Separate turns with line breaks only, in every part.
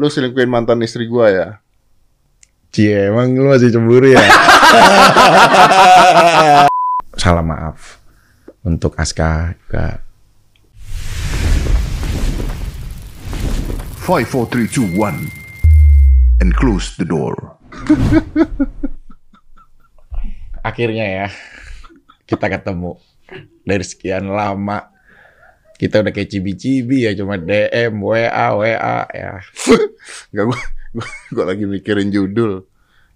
lu selingkuhin mantan istri gua ya.
Cie, emang lu masih cemburu ya? Salah maaf untuk Aska juga.
5, 4, 3, 2, 1. And close the door.
Akhirnya ya kita ketemu dari sekian lama kita udah kayak cibi-cibi ya cuma DM, WA, WA ya.
Enggak gua, gua gua lagi mikirin judul.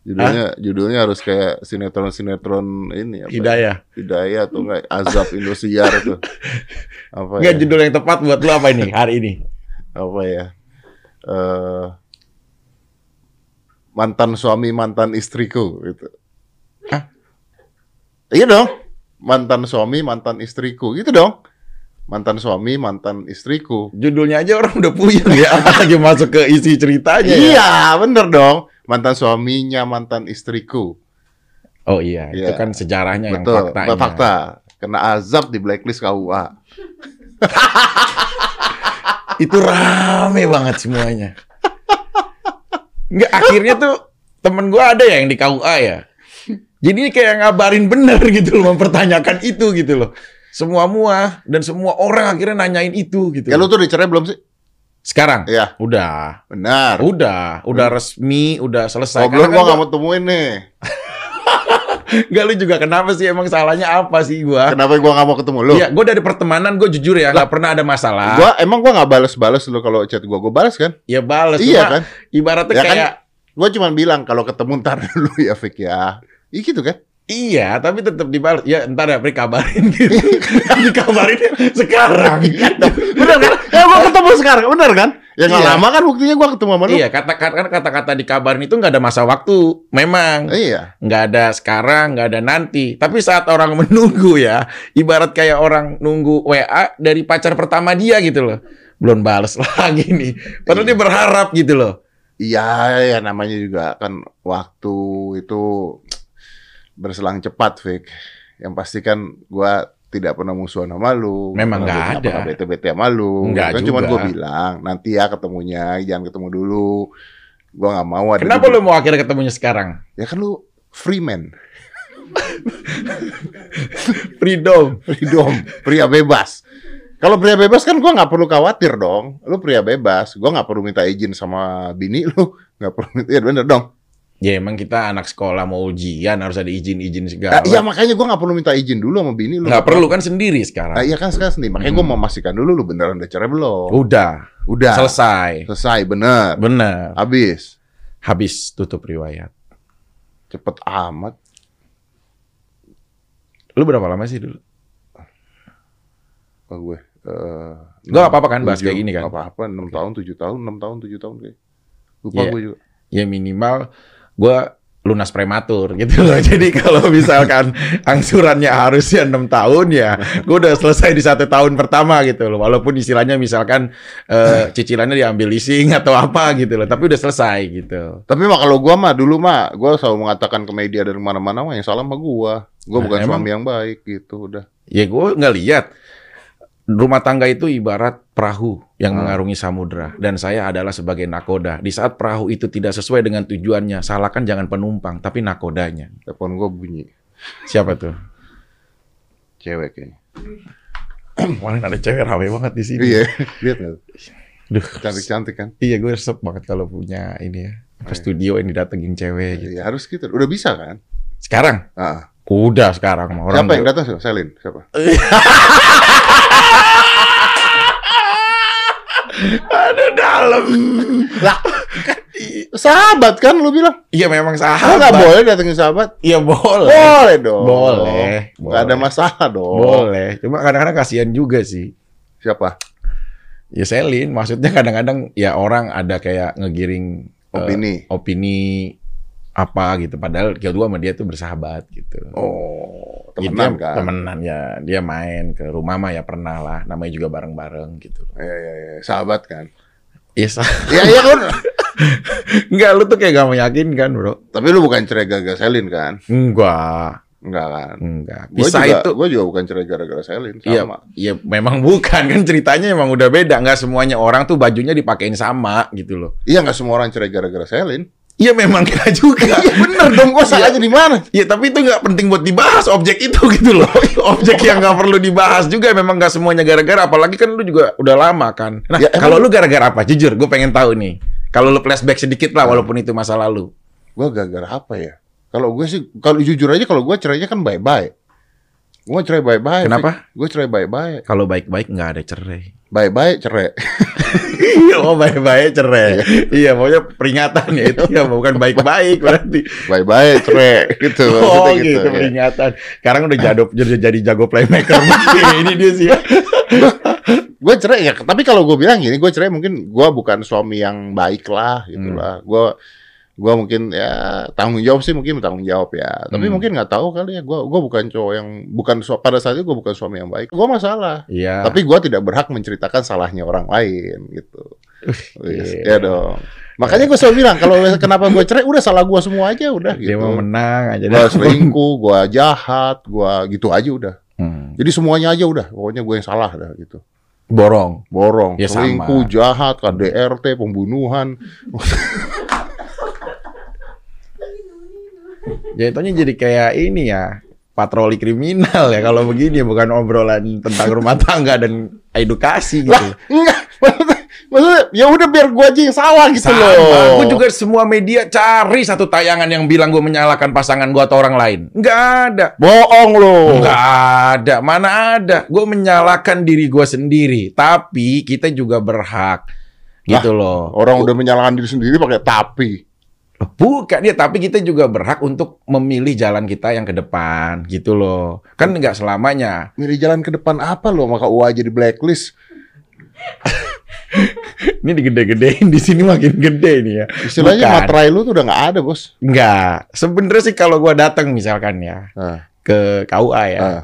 Judulnya judulnya harus kayak sinetron-sinetron ini apa? ya?
Hidayah.
Hidayah atau enggak Azab Indosiar tuh. Apa
Enggak
ya?
judul yang tepat buat lu apa ini hari ini?
Apa ya? Eh, mantan suami mantan istriku gitu.
Hah?
Iya dong. Mantan suami mantan istriku gitu dong. Mantan suami mantan istriku.
Judulnya aja orang udah puyeng ya, apalagi masuk ke isi ceritanya ya.
Iya, bener dong. Mantan suaminya, mantan istriku.
Oh iya, itu
Iya.
kan sejarahnya yang
Betul,
faktanya.
fakta. Kena azab di blacklist KUA.
Itu rame banget semuanya. Enggak, akhirnya tuh temen gua ada ya yang di KUA ya. Jadi kayak ngabarin bener gitu loh, mempertanyakan itu gitu loh. Semua mua dan semua orang akhirnya nanyain itu gitu.
Ya lu tuh dicerai belum sih?
Sekarang?
Iya.
Udah.
Benar.
Udah, udah resmi, udah selesai.
Oh, belum
Karena Oh, kan
gua nggak
gua-
mau temuin nih.
Enggak, lu juga kenapa sih emang salahnya apa sih gua?
Kenapa gua nggak mau ketemu lu?
Ah. Iya, gue dari pertemanan gue jujur ya nggak pernah ada masalah.
Gua emang gua nggak balas-balas lu kalau chat gua. Gua balas kan?
ya balas.
Iya
Cuma
kan?
Ibaratnya
Ya kan?
kayak
Gua cuma bilang kalau ketemu ntar dulu ya Fik ya. Iya gitu kan?
iya, tapi tetap dibalas. Ya ntar ya, Pri kabarin gitu.
Iya.
dikabarin sekarang.
Bener kan? Ya gua ketemu sekarang, bener kan? Ya nggak
Iya.
lama kan buktinya gua ketemu sama lu.
iya, kata kata kata-kata dikabarin itu nggak ada masa waktu. Memang
Iya.
nggak ada sekarang, nggak ada nanti. Tapi saat orang menunggu ya, ibarat kayak orang nunggu WA dari pacar pertama dia gitu loh. Belum balas lagi nih. Padahal dia berharap gitu loh.
Iya, ya namanya juga kan waktu itu berselang cepat, Fik. Yang pasti kan gua tidak pernah musuhan sama lu.
Memang
pernah-
nggak ada.
pernah bete-bete sama lu.
Nggak
kan
juga.
cuman gua bilang, nanti ya ketemunya, jangan ketemu dulu. Gua nggak mau ada
Kenapa
duduk-
lu mau akhirnya ketemunya sekarang?
Ya kan lu free man,
Freedom.
freedom, pria bebas. Kalau pria bebas kan gua nggak perlu khawatir dong. Lu pria bebas, gua nggak perlu minta izin sama bini lu, nggak perlu minta ya bener dong.
Ya emang kita anak sekolah mau ujian harus ada izin-izin
Ah,
segala.
Iya makanya gua nggak perlu minta izin dulu sama bini lu.
Nggak perlu kan sendiri
Nah,
sekarang.
iya kan sekarang sendiri. Makanya
Hmm.
gue mau memastikan dulu lu beneran udah cerai belum.
Udah,
Udah. Selesai.
Uh, selesai.
bener.
Bener.
Habis.
Habis tutup riwayat.
Cepet amat.
Lu berapa lama sih dulu?
Oh, gue. Eh,
Gak
enam,
apa-apa kan bahas
tujuh,
kayak gini kan?
Gak apa-apa. 6 tahun, 7 tahun, 6 tahun, 7 tahun kayak. Lupa
Iya.
gue juga.
Ya minimal gua lunas prematur gitu loh. Jadi kalau misalkan angsurannya harusnya enam tahun ya, gua udah selesai di satu tahun pertama gitu loh. Walaupun istilahnya misalkan eh, cicilannya diambil leasing atau apa gitu loh, tapi udah selesai gitu.
Tapi mah kalau gue mah dulu mah gue selalu mengatakan ke media dari mana-mana mah yang salah mah gue. Gue
Nah,
bukan
emang-
suami yang baik gitu udah.
Ya gue nggak lihat. Rumah tangga itu ibarat perahu yang
Hmm.
mengarungi samudra dan saya adalah sebagai nakoda. Di saat perahu itu tidak sesuai dengan tujuannya, salahkan jangan penumpang tapi nakodanya.
Telepon gue bunyi.
Siapa tuh?
Cewek kayaknya.
Kemarin ada cewek rame banget di sini.
Iya. Lihat gak?
Duh.
Cantik-cantik kan?
Iya, gue resep banget kalau punya ini ya. Apa studio yang didatengin cewek gitu.
Iya harus gitu. Udah bisa kan?
Sekarang?
Ah.
Udah sekarang mah. orang.
Siapa yang
udah-
datang? Siapa? Selin. Siapa?
Aduh dalam.
Lah,
Kan
sahabat kan lu bilang.
Iya memang
Ah, nggak
sahabat.
boleh datengin sahabat.
Iya boleh. Oh.
Boleh dong.
Boleh.
Nggak ada masalah dong.
Boleh. Cuma kadang-kadang kasihan juga sih.
Siapa?
ya selin maksudnya kadang-kadang ya orang ada kayak ngegiring eh,
Opini.
opini apa gitu padahal kita dua sama dia tuh bersahabat gitu
Oh,
Ya,
temenan
dia
kan?
temenan ya dia main ke rumah mah ya pernah lah namanya juga bareng-bareng gitu
Iya, iya, iya. Sahabat kan?
ya sa-
Iya, iya kan?
enggak lu tuh kayak gak meyakinkan bro
Tapi lu bukan cerai gagal selin kan?
enggak
Enggak kan.
Enggak.
Gue
Pisah
juga,
itu
Gue juga bukan cerai gara-gara selin.
Iya,
Sama.
iya memang bukan kan ceritanya emang udah beda. Nggak semuanya orang tuh bajunya dipakein sama gitu loh.
Iya nggak semua orang cerai gara-gara selin.
Iya memang nggak juga.
Iya bener dong. Gue salahnya di mana?
Iya tapi itu nggak penting buat dibahas objek itu gitu loh. Objek yang nggak perlu dibahas juga memang nggak semuanya gara-gara. Apalagi kan lu juga udah lama kan. Nah
Ya, emang-
kalau lu gara-gara apa? Jujur gue pengen tahu nih. Kalau lu flashback sedikit lah
Nah.
walaupun itu masa lalu.
Gue gara-gara apa ya? Kalau gue sih, kalau jujur aja kalau gue cerainya kan bye-bye. Gue cerai bye-bye.
Kenapa?
Gue cerai bye-bye.
Kalau baik-baik nggak ada cerai.
Bye-bye cerai. Iya.
oh baik-baik cerai. iya maunya peringatan ya itu ya bukan baik-baik berarti.
Bye-bye cerai. gitu.
Oh
maksudnya
gitu,
gitu, ya.
peringatan. Sekarang udah jado, jadi, jadi jago playmaker ini dia sih. ya.
gue cerai ya tapi kalau gue bilang gini gue cerai mungkin gue bukan suami yang baik lah gitu
Hmm.
lah gue gue mungkin ya tanggung jawab sih mungkin tanggung jawab ya tapi
Hmm.
mungkin nggak tahu kali ya gue gue bukan cowok yang bukan su- pada saat itu gue bukan suami yang baik gue masalah
Iya.
tapi gue tidak berhak menceritakan salahnya orang lain gitu Wis,
iya.
ya dong makanya gue selalu bilang kalau kenapa gue cerai udah salah gue semua aja udah
dia mau
gitu
menang aja.
gue selingkuh gue jahat gue gitu aja udah
Hmm.
jadi semuanya aja udah pokoknya gue yang salah dah gitu
Borong.
borong,
Ya,
selingkuh,
sama.
jahat, kan KDRT, pembunuhan.
Jatuhnya jadi kayak ini ya patroli kriminal ya kalau begini bukan obrolan tentang rumah tangga dan edukasi gitu.
Enggak, maksudnya, maksudnya ya udah biar gua aja yang salah gitu
Sama,
loh.
gue juga semua media cari satu tayangan yang bilang gue menyalahkan pasangan gue atau orang lain. Nggak ada.
bohong loh.
Nggak ada, mana ada. Gue menyalahkan diri gue sendiri, tapi kita juga berhak. Gitu loh.
Orang udah menyalahkan diri sendiri pakai tapi.
Bukan ya, tapi kita juga berhak untuk memilih jalan kita yang ke depan, gitu loh. Kan nggak selamanya.
Milih jalan ke depan apa loh maka gua aja di blacklist.
Ini digede-gedein di sini makin gede nih ya.
Istilahnya
Bukan.
materai lu tuh udah nggak ada, Bos.
Nggak. Sebenernya sih kalau gua datang misalkan ya
Nah,
ke KUA ya.
nah.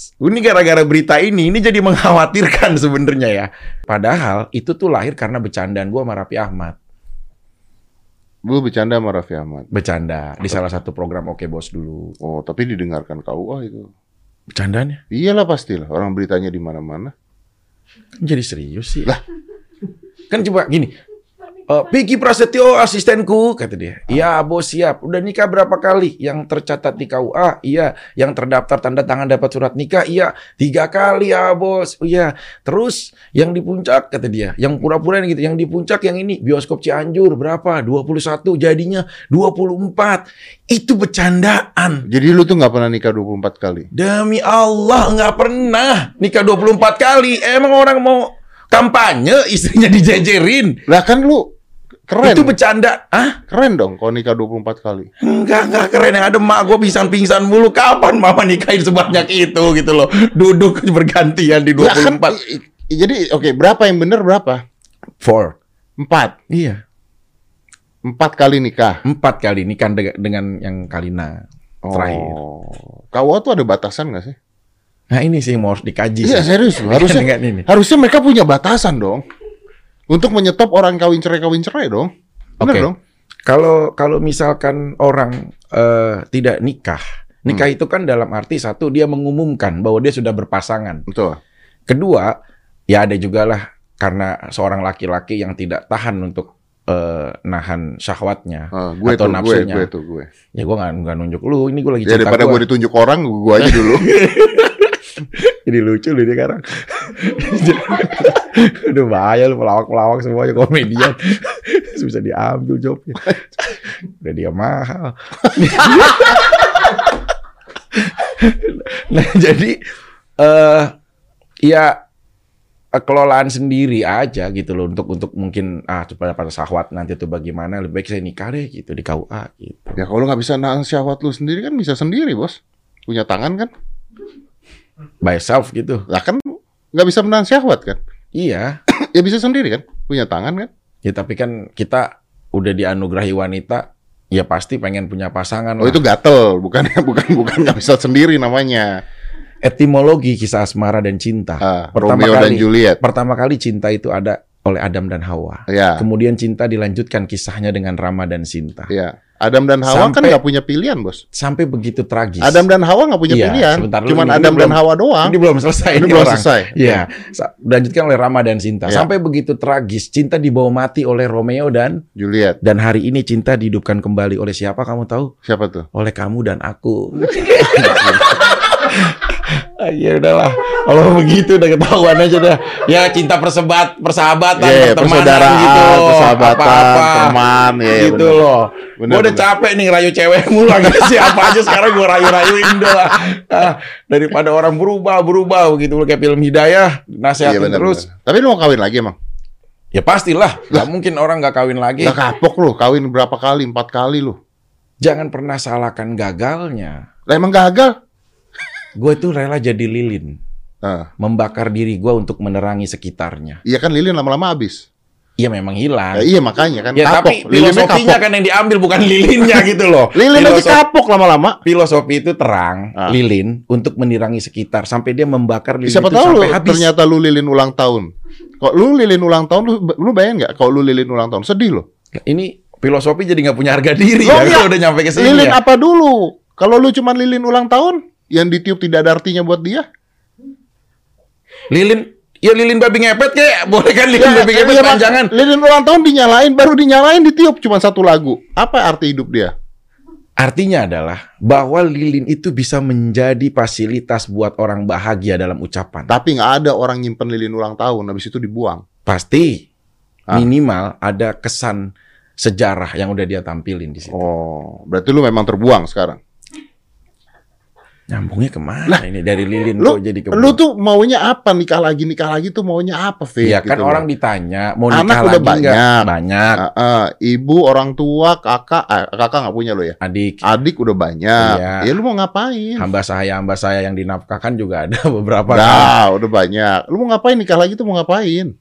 Ini gara-gara berita ini, ini jadi mengkhawatirkan sebenarnya ya. Padahal itu tuh lahir karena bercandaan gua sama Raffi Ahmad.
Lu bercanda sama Raffi Ahmad.
Bercanda di salah satu program Oke Bos dulu.
Oh, tapi didengarkan KUA itu. ya?
Bercandaannya?
Iyalah pastilah, orang beritanya di mana-mana.
Kan Jadi serius sih. Lah. Kan coba gini. Eh, Vicky Prasetyo asistenku kata dia. Iya, Bos siap. Udah nikah berapa kali? Yang tercatat di KUA? Iya. Yang terdaftar tanda tangan dapat surat nikah? Iya. Tiga kali ya, Bos. Oh, Iya. Terus yang di puncak kata dia, yang pura-pura yang gitu, yang di puncak yang ini bioskop Cianjur berapa? 21 jadinya 24. Itu bercandaan.
Jadi lu tuh nggak pernah nikah 24 kali.
Demi Allah nggak pernah nikah 24 kali. Emang orang mau kampanye istrinya dijejerin.
Lah kan lu keren.
Itu bercanda. Ah,
keren dong kalau nikah 24 kali.
enggak enggak keren yang ada emak gue pingsan-pingsan mulu. Kapan mama nikahin sebanyak itu gitu loh. Duduk bergantian di
Lah, kan,
24.
i- i- jadi oke berapa yang benar berapa?
Four.
Empat.
Iya.
Empat kali nikah.
Empat kali nikah de- dengan yang Kalina terakhir.
Oh. KUA tuh ada batasan gak sih?
Nah ini sih yang mau harus dikaji.
Iya
sih.
serius loh. harusnya
Dengan ini.
harusnya mereka punya batasan dong untuk menyetop orang kawin cerai kawin cerai dong. Bener
Oke.
dong.
Kalau kalau misalkan orang eh, tidak nikah, nikah
Hmm.
itu kan dalam arti satu dia mengumumkan bahwa dia sudah berpasangan.
Betul.
Kedua, ya ada juga lah karena seorang laki-laki yang tidak tahan untuk eh, nahan syahwatnya.
Ah, gue
Atau
tuh gue,
nafsunya.
gue tuh gue.
Ya gue nggak nggak nunjuk lu, ini gue lagi
Ya, daripada
gua.
gue ditunjuk orang, gue aja dulu.
Jadi lucu lu ini sekarang. Udah bahaya lu pelawak-pelawak semuanya komedian. Bisa diambil jobnya. Udah dia mahal. nah, jadi eh ya eh, kelolaan sendiri aja gitu loh untuk untuk mungkin ah pada pada sahwat nanti tuh bagaimana lebih baik saya nikah deh gitu di KUA gitu.
ya kalau nggak bisa nahan syahwat lu sendiri kan bisa sendiri bos. Punya tangan kan?
By self gitu.
Lah kan nggak bisa menahan syahwat kan?
Iya.
Ya bisa sendiri kan? Punya tangan kan?
Ya tapi kan kita udah dianugerahi wanita, ya pasti pengen punya pasangan.
Oh
lah.
itu gatel, bukan bukan bukan nggak bisa sendiri namanya.
etimologi kisah asmara dan cinta.
Ah,
pertama
Romeo dan
kali,
Juliet.
pertama kali cinta itu ada oleh Adam dan Hawa.
Ya,
Kemudian cinta dilanjutkan kisahnya dengan Rama dan Sinta.
ya. Adam dan Hawa kan
Sampai-
nggak punya pilihan, bos.
sampai begitu tragis.
Adam dan Hawa nggak punya
Iya,
pilihan.
sebentar dulu,
Cuman
ini
Adam dan
belum-
Hawa doang.
ini belum selesai
Ini
ini
belum
orang.
selesai. Ya,
Iya, Sa- dilanjutkan oleh Rama dan Sinta.
Iya.
Sampai begitu tragis, cinta dibawa mati oleh Romeo dan
Juliet,
dan hari ini cinta dihidupkan kembali oleh siapa kamu tahu?
siapa tuh?
Oleh kamu dan aku. Ah, Ya udahlah, kalau begitu udah ketahuan aja dah. Ya cinta persebat, persahabatan,
Iya,
pertemanan
persaudaraan,
gitu,
persahabatan, teman, ya, ya,
gitu
bener.
loh.
Bener,
Gue udah
bener.
capek nih ngerayu cewek mulu nggak siapa aja sekarang gue rayu-rayuin dah lah. Ah, daripada orang berubah berubah begitu kayak film Hidayah
Iya
nasehatin
benar.
terus.
benar. Tapi lu mau kawin lagi emang?
Ya pastilah, nggak mungkin orang nggak kawin lagi.
Gak kapok lu, kawin berapa kali? Empat kali lu.
Jangan pernah salahkan gagalnya.
Lah emang gagal?
Gue tuh rela jadi lilin,
Nah,
membakar diri gue untuk menerangi sekitarnya.
iya kan lilin lama-lama habis.
Iya memang hilang.
Ya, iya makanya kan
Ya tapi
kapok. Lilinnya
filosofinya
kapok.
kan yang diambil bukan lilinnya gitu loh.
Lilin aja
Filosof-
kapok lama-lama.
Filosofi itu terang,
Ah.
lilin untuk menerangi sekitar sampai dia membakar lilin
Siapa
itu
tahu lu
sampai habis.
ternyata lu lilin ulang tahun. Kok lu lilin ulang tahun lu, lu bayangin nggak kalau lu lilin ulang tahun sedih lo.
Ini filosofi jadi nggak punya harga diri
Lo
ya
nggak-
kalau udah nyampe ke sini.
Lilin
Ya.
apa dulu? Kalau lu cuman lilin ulang tahun yang ditiup tidak ada artinya buat dia.
Lilin Ya lilin babi ngepet kayak boleh kan lilin babi ngepet
iya, Pak.
panjangan.
Lilin ulang tahun dinyalain baru dinyalain ditiup cuman satu lagu. Apa arti hidup dia?
Artinya adalah bahwa lilin itu bisa menjadi fasilitas buat orang bahagia dalam ucapan.
Tapi nggak ada orang nyimpen lilin ulang tahun habis itu dibuang.
Pasti
Ah.
minimal ada kesan sejarah yang udah dia tampilin di situ.
Oh, berarti lu memang terbuang sekarang.
Nyambungnya kemana ini dari lilin
Lu,
kok jadi ke
lu tuh maunya apa nikah lagi nikah lagi tuh maunya apa Fit?
Iya kan
Gitu loh.
orang ditanya mau
Anak
nikah
udah
lagi nggak?
banyak.
Banyak.
Ah, ah, ibu, orang tua, kakak, ah, kakak nggak punya lo ya.
Adik,
Adik udah banyak.
Iya.
Ya lu mau ngapain?
hamba saya, hamba saya yang dinafkahkan juga ada beberapa. kan.
Nah, udah banyak. Lu mau ngapain nikah lagi tuh mau ngapain?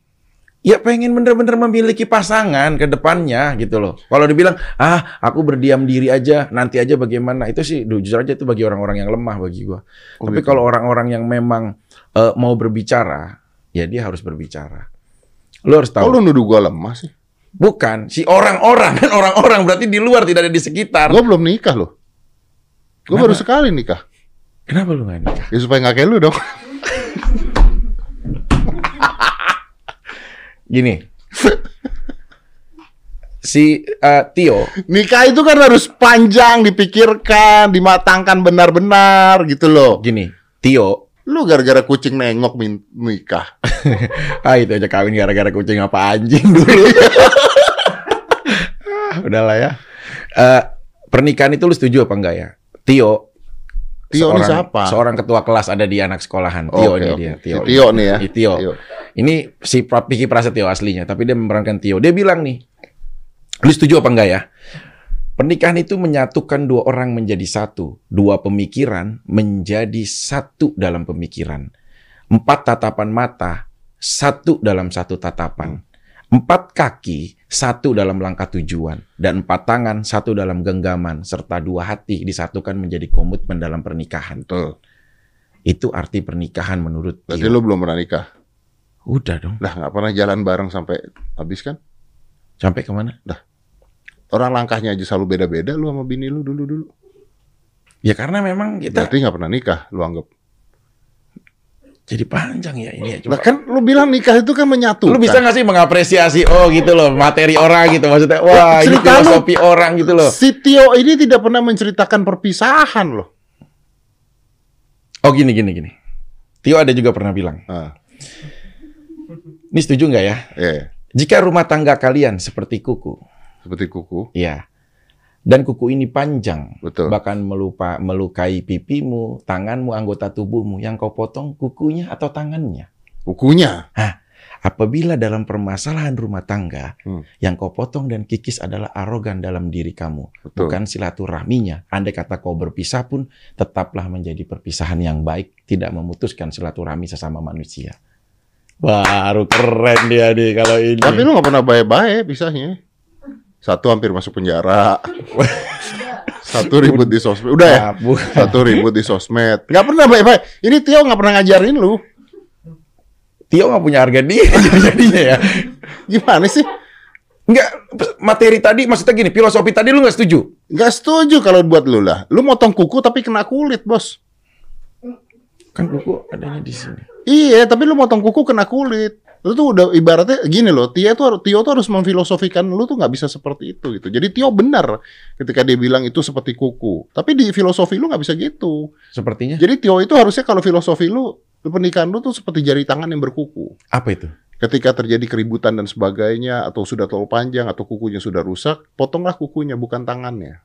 Ya pengen bener-bener memiliki pasangan ke depannya gitu loh. Kalau dibilang, ah aku berdiam diri aja, nanti aja bagaimana. Itu sih jujur aja itu bagi orang-orang yang lemah bagi gua.
Oh,
Tapi
gitu.
kalau orang-orang yang memang eh, mau berbicara, ya dia harus berbicara. Lo harus tahu.
Kalau Oh, lu nuduh gua lemah sih.
Bukan si orang-orang kan orang-orang berarti di luar tidak ada di sekitar.
Gua belum nikah loh. Gua
Kenapa?
baru sekali nikah.
Kenapa lu nggak nikah?
Ya supaya nggak kayak lu dong.
Gini. si eh, Tio
nikah itu kan harus panjang, dipikirkan, dimatangkan benar-benar gitu loh.
gini, Tio
Lu gara-gara kucing nengok min- nikah.
ah itu aja kawin gara-gara kucing apa anjing dulu. Ah, Udahlah ya. Eh, pernikahan itu lu setuju apa enggak ya? Tio
Tio ini
seorang-
siapa?
Seorang ketua kelas ada di anak sekolahan.
Oh,
Tio
oke,
ini
oke.
dia,
Si Tio nih ya.
Si Tio.
Tio.
Ini si Pra- Piki Prasetyo aslinya, tapi dia memerankan Tio. Dia bilang nih, lu setuju apa enggak ya? Pernikahan itu menyatukan dua orang menjadi satu, dua pemikiran menjadi satu dalam pemikiran. Empat tatapan mata, satu dalam satu tatapan. Empat kaki, satu dalam langkah tujuan. Dan empat tangan, satu dalam genggaman. Serta dua hati disatukan menjadi komitmen dalam pernikahan.
Betul.
Itu arti pernikahan menurut
Berarti
Tio.
lu belum pernah nikah.
Udah dong.
Lah nggak pernah jalan bareng sampai habis kan?
Sampai kemana?
Orang langkahnya aja selalu beda-beda lu sama bini lu dulu-dulu.
Ya karena memang kita
Berarti nggak pernah nikah, lu anggap.
jadi panjang ya ini. Ya. Cuma-
Lah kan lu bilang nikah itu kan menyatukan.
Lu bisa gak sih mengapresiasi oh gitu loh materi orang gitu maksudnya wah
Ya, Cerita
ini
lu-
filosofi orang gitu loh.
Si Tio ini tidak pernah menceritakan perpisahan loh.
Oh gini gini gini. Tio ada juga pernah bilang,
Ah,
ini setuju nggak ya?
iya, iya.
Jika rumah tangga kalian seperti kuku,
seperti kuku.
ya, dan kuku ini panjang,
Betul.
bahkan melupa melukai pipimu, tanganmu, anggota tubuhmu, yang kau potong kukunya atau tangannya.
Kukunya.
Apabila dalam permasalahan rumah tangga,
Hmm.
yang kau potong dan kikis adalah arogan dalam diri kamu,
Betul.
bukan silaturahminya. Andai kata kau berpisah pun, tetaplah menjadi perpisahan yang baik, tidak memutuskan silaturahmi sesama manusia. Baru keren dia nih kalau ini.
Tapi lu nggak pernah baik-baik pisahnya. Satu hampir masuk penjara. Satu ribut di sosmed. Udah ya?
Ah, bu-
Satu ribut di sosmed. Nggak pernah baik-baik. Ini Tio nggak pernah ngajarin lu.
Tio nggak punya harga diri jadinya ya.
Gimana sih?
Enggak, materi tadi maksudnya gini, filosofi tadi lu nggak setuju?
Nggak setuju kalau buat lu lah. Lu motong kuku tapi kena kulit, bos.
Kan buku adanya di sini.
Iya, tapi lu motong kuku kena kulit. Lu tuh udah ibaratnya gini loh, Tio tuh harus Tio tuh harus memfilosofikan lu tuh nggak bisa seperti itu gitu. Jadi Tio benar ketika dia bilang itu seperti kuku. Tapi di filosofi lu nggak bisa gitu.
Sepertinya
Jadi Tio itu harusnya kalau filosofi lu lu pernikahan lu tuh seperti jari tangan yang berkuku.
apa itu?
Ketika terjadi keributan dan sebagainya atau sudah terlalu panjang atau kukunya sudah rusak, potonglah kukunya bukan tangannya.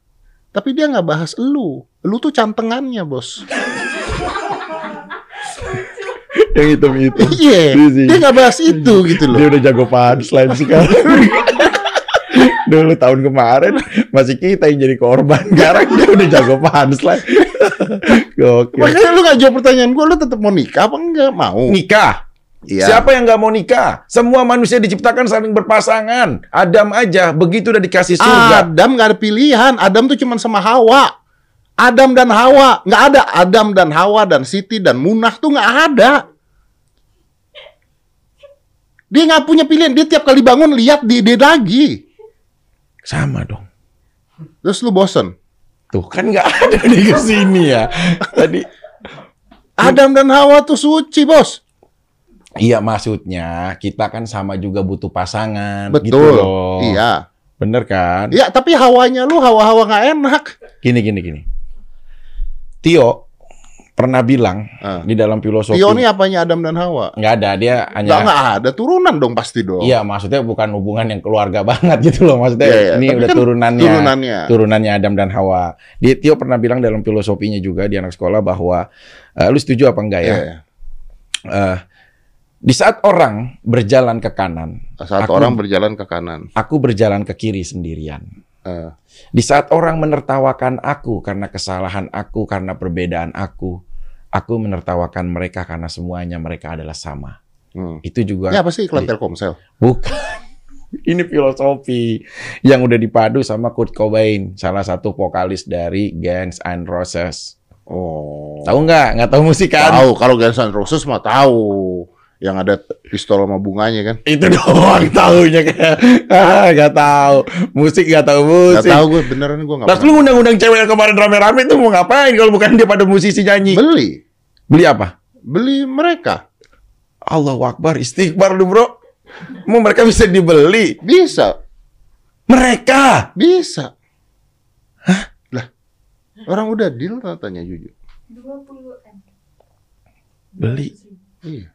Tapi dia nggak bahas lu. Lu tuh cantengannya, Bos.
Yang hitam-hitam.
Iya,
Di sini.
dia nggak bahas itu gitu loh.
Dia udah jago punchline sekarang. Dulu tahun kemarin masih kita yang jadi korban. Sekarang dia udah jago punchline. Gokil.
Makanya lu nggak jawab pertanyaan gue, lu tetap mau nikah apa enggak? Mau.
Nikah.
Iya.
Siapa yang nggak mau nikah? Semua manusia diciptakan saling berpasangan. Adam aja begitu udah dikasih surga.
Adam nggak ada pilihan. Adam tuh cuman sama Hawa. Adam dan Hawa nggak ada. Adam dan Hawa dan Siti dan Munah tuh nggak ada. Dia nggak punya pilihan. Dia tiap kali bangun lihat dia, dia lagi.
Sama dong.
Terus lu bosen.
Tuh kan nggak ada di kesini ya. Tadi
Adam dan Hawa tuh suci bos.
iya maksudnya kita kan sama juga butuh pasangan. Gitu
Betul.
loh.
iya.
Bener kan?
Iya. Tapi hawanya lu hawa-hawa nggak enak.
Gini gini gini. Tio pernah bilang
Ah.
di dalam filosofi
Tio nih apanya Adam dan Hawa?
nggak ada dia
Nggak
hanya
nggak ada turunan dong pasti dong.
iya maksudnya bukan hubungan yang keluarga banget gitu loh
Iya,
maksudnya
iya.
ini
Tapi
udah
kan
turunannya
turunannya.
turunannya Adam dan Hawa. Dia Tio pernah bilang dalam filosofinya juga di anak sekolah bahwa eh, lu setuju apa enggak ya?
Iya, iya.
Eh, di saat orang berjalan ke kanan,
Saat
Aku-
orang berjalan ke kanan.
aku berjalan ke kiri sendirian.
Eh,
Di saat orang menertawakan aku karena kesalahan aku, karena perbedaan aku, aku menertawakan mereka karena semuanya mereka adalah sama.
hmm. Iya.
Itu
Ini
juga
apa sih iklan Telkomsel?
bukan. Ini filosofi yang udah dipadu sama Kurt Cobain, salah satu vokalis dari Guns N' Roses.
Oh.
Tahu nggak? Nggak tahu musik kan?
Tahu kalau Guns N' Roses mah tahu yang ada pistol sama bunganya kan.
Itu doang tahunya kayak ah, nggak tahu musik nggak tahu
Gak
musik.
tahu gue beneran gue nggak
Terus lu undang-undang cewek yang kemarin rame-rame itu mau ngapain kalau bukan dia pada musisi
pernah.
nyanyi?
beli
Beli apa?
beli mereka
Allahu Akbar, istighfar lu bro. Mau mereka bisa dibeli?
bisa
Mereka!
bisa. Hah? Lah orang udah deal tanya jujur.
20-an.
Beli.
Iya.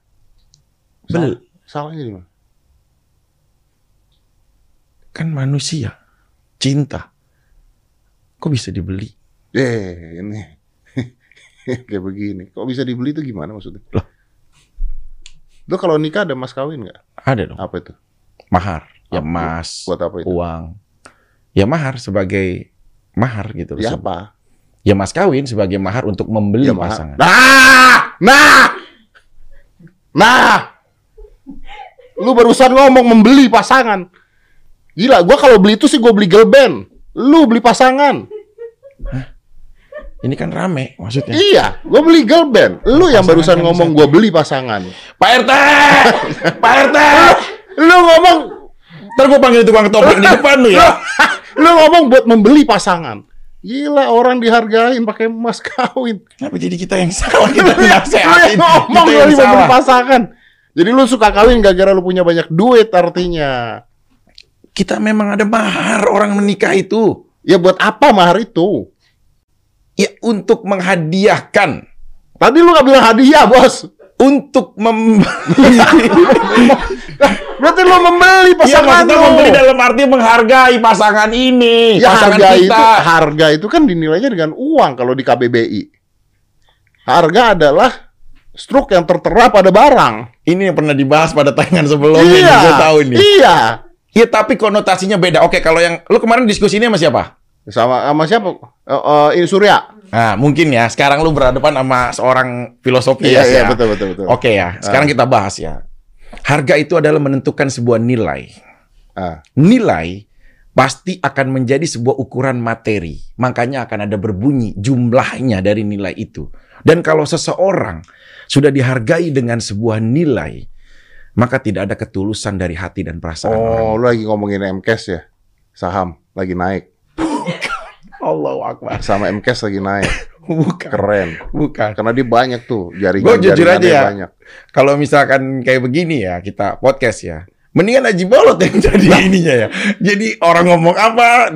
Beli.
Salah- Salahnya di mana?
Kan manusia. Cinta. Kok bisa dibeli?
Eh ini kayak begini. Kok bisa dibeli itu gimana maksudnya?
Loh.
Lo kalau nikah ada mas kawin nggak?
Ada dong.
Apa itu?
Mahar. Ya
Apa?
emas.
Buat apa itu?
Uang. Ya mahar sebagai mahar gitu. loh.
Ya apa?
Ya mas kawin sebagai mahar untuk
Ya,
membeli
mahal.
pasangan.
Nah, nah, nah. Lu barusan ngomong membeli pasangan. Gila, gua kalau beli itu sih gua beli girl band. Lu beli pasangan.
Ini kan rame maksudnya.
Iya, gua beli girl band. Lu yang
Pasangan
barusan
kan
ngomong
bisa.
gua beli pasangan.
Pak RT! Pak RT!
Lu ngomong,
Ntar gue panggil tukang ketoprak di depan lu ya.
lu ngomong buat membeli pasangan. Gila, orang dihargain pakai emas kawin.
Kenapa jadi kita yang salah? Kita
Lu yang-
yang
lu yang ngomong
Kita
lu
yang
lima beli
salah.
pasangan. Jadi lu suka kawin gara-gara lu punya banyak duit artinya.
kita memang ada mahar orang menikah itu
Ya buat apa mahar itu?
ya untuk menghadiahkan
Tadi lu gak bilang hadiah, bos.
untuk mem
Berarti lu membeli
ya
pasangan
maksudnya
lu.
membeli dalam arti menghargai pasangan ini
Ya,
pasangan
harga
kita
itu harga itu kan dinilainya dengan uang kalau di KBBI. Harga adalah struk yang tertera pada barang.
ini yang pernah dibahas pada tayangan sebelumnya
iya.
gue tahu ini
Iya.
ya tapi konotasinya beda oke kalau yang lu kemarin diskusi ini sama siapa
Sama sama siapa? Eh, eh, ini Surya.
Nah, mungkin ya sekarang lu berhadapan sama seorang filosofi
Iya,
ya.
iya, betul, betul, betul.
Oke ya, sekarang kita bahas ya. Harga itu adalah menentukan sebuah nilai.
Ah,
nilai pasti akan menjadi sebuah ukuran materi. Makanya akan ada berbunyi jumlahnya dari nilai itu. Dan kalau seseorang sudah dihargai dengan sebuah nilai, maka tidak ada ketulusan dari hati dan perasaan orang.
Oh, lu lagi ngomongin MKS ya? Saham lagi naik.
Allahu Akbar.
Sama MKS lagi naik.
Bukan,
Keren.
bukan.
Karena dia banyak tuh jaringan.
Gua jujur aja
jaringannya
ya.
Banyak.
Kalau misalkan kayak begini ya, kita podcast ya. Mendingan Haji Bolot yang jadi ininya ya. Jadi orang ngomong apa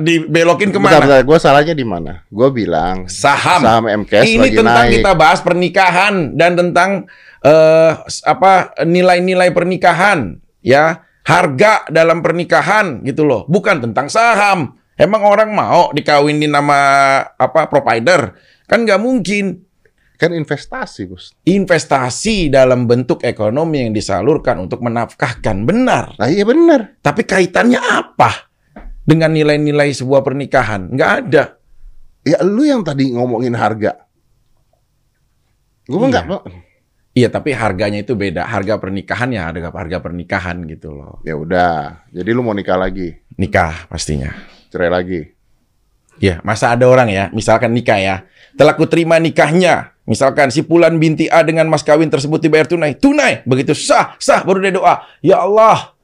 Bentar,
dibelokin kemana?
bentar. Gue salahnya di mana? Gue bilang
Saham. Eh,
saham MKS
Ini
lagi
tentang
naik.
kita bahas pernikahan dan tentang eh apa nilai-nilai pernikahan ya, harga dalam pernikahan gitu loh, bukan tentang saham. Emang orang mau dikawinin nama apa provider? Kan nggak mungkin.
Kan investasi, Bos.
Investasi dalam bentuk ekonomi yang disalurkan untuk menafkahkan benar.
Nah, iya bener.
Tapi kaitannya apa dengan nilai-nilai sebuah pernikahan? Nggak ada.
Ya lu yang tadi ngomongin harga. Gue
Iya.
enggak,
Iya, tapi harganya itu beda. Harga pernikahan ya harga harga pernikahan gitu loh.
Ya udah. Jadi lu mau nikah lagi,
Nikah pastinya.
cerai lagi.
Iya, masa ada orang ya, misalkan nikah ya. Telah kuterima nikahnya. Misalkan si Pulan binti A dengan mas kawin tersebut dibayar tunai. Tunai. Begitu sah, sah baru dia doa. Ya Allah,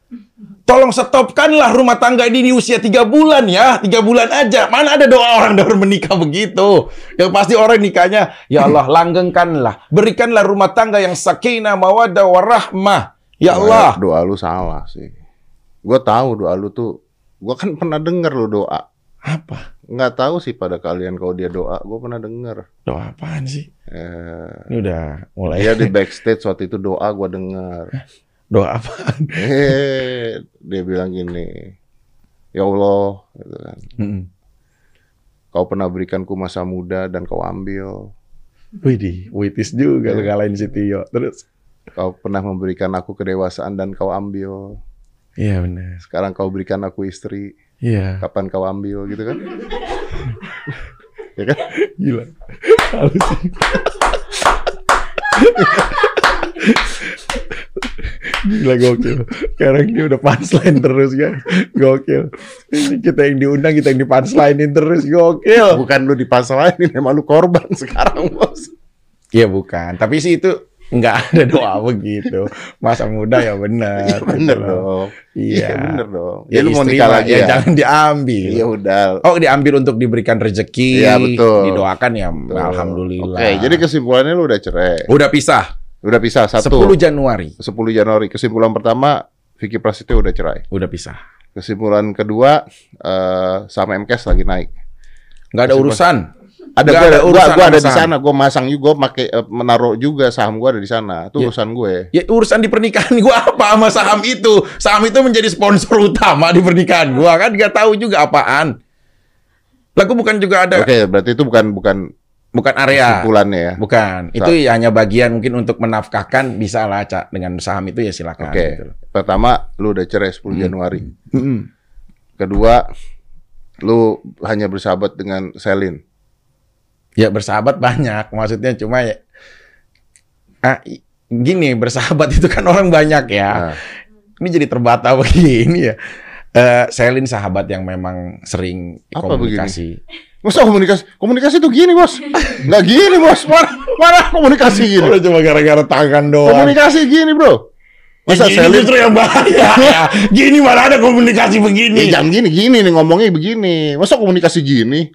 tolong stopkanlah rumah tangga ini di usia tiga bulan ya. Tiga bulan aja. Mana ada doa orang baru menikah begitu. Yang pasti orang nikahnya, ya Allah langgengkanlah. Berikanlah rumah tangga yang sakinah, mawadah, warahmah. Ya Allah.
Doa lu salah sih. Gue tahu doa lu tuh. Gue kan pernah denger lu doa.
Apa?
Nggak tahu sih pada kalian kalau dia doa. Gue pernah denger.
Doa apaan sih?
Eh,
Ini udah mulai.
dia di backstage waktu itu doa gue denger.
Doa apaan?
Eh, dia bilang gini. Ya Allah, gitu kan,
Mm-mm.
kau pernah berikanku masa muda dan kau ambil.
Widih, witis juga lu ngalahin si Tio. Terus?
Kau pernah memberikan aku kedewasaan dan kau ambil.
Iya benar.
Sekarang kau berikan aku istri.
Iya.
Kapan kau ambil gitu kan? ya kan?
Gila. Halus. Gila gokil. Sekarang dia udah punchline terus kan. Gokil. Ini Kita yang diundang, kita yang dipunchlinein terus. Gokil.
Bukan lu dipasalahin, emang lu korban sekarang bos.
Iya bukan. Tapi sih itu nggak ada doa begitu. Masa muda ya benar.
Iya bener dong.
Iya.
bener dong.
Ya, lu mau nikah lagi ya, jangan diambil.
Iya udah.
Oh diambil untuk diberikan rezeki,
Iya, betul.
didoakan ya,
Tuh.
alhamdulillah.
Oke, jadi kesimpulannya lu udah cerai.
udah pisah.
Udah pisah satu. 10,
10 Januari
Januari. Kesimpulan pertama, Vicky Prasetyo udah cerai.
udah pisah.
Kesimpulan kedua, eh sama MKS lagi naik.
Nggak ada
Masih
urusan.
Ada
Nggak
gua
ada
ada, gua,
urusan
gua ada
sama
di
saham.
sana, gua masang juga, gua pakai eh, menaruh juga saham gua ada di sana. Itu
Iya.
urusan gue.
Ya urusan di pernikahan gua apa sama saham itu? Saham itu menjadi sponsor utama di pernikahan gua kan nggak tahu juga apaan. Lagu bukan juga ada,
Oke, berarti itu bukan bukan
Ah. bukan area.
kesimpulannya ya.
Bukan, itu ya hanya bagian mungkin untuk menafkahkan bisa lah Cak. dengan saham itu ya silakan.
Oke.
gitu loh. Hmm.
Pertama, lu udah cerai 10 Januari.
Mm-mm.
Kedua, lu hanya bersahabat dengan Selin.
Ya bersahabat banyak, maksudnya cuma ya ah, i- gini bersahabat itu kan orang banyak
Nah.
ya. Ini jadi terbata begini ya. Eh Selin sahabat yang memang sering
Apa
komunikasi.
Masa komunikasi? Komunikasi tuh gini, Bos. Nggak gini, Bos. Mana, mana komunikasi gini?
Udah cuma gara-gara tangan doang.
Komunikasi gini, Bro. Masa
Ya, gini
Selin?
justru yang bahaya. ya. Gini mana ada komunikasi
Ya,
begini. Ya,
jangan gini, gini nih ngomongnya begini. Masa komunikasi gini?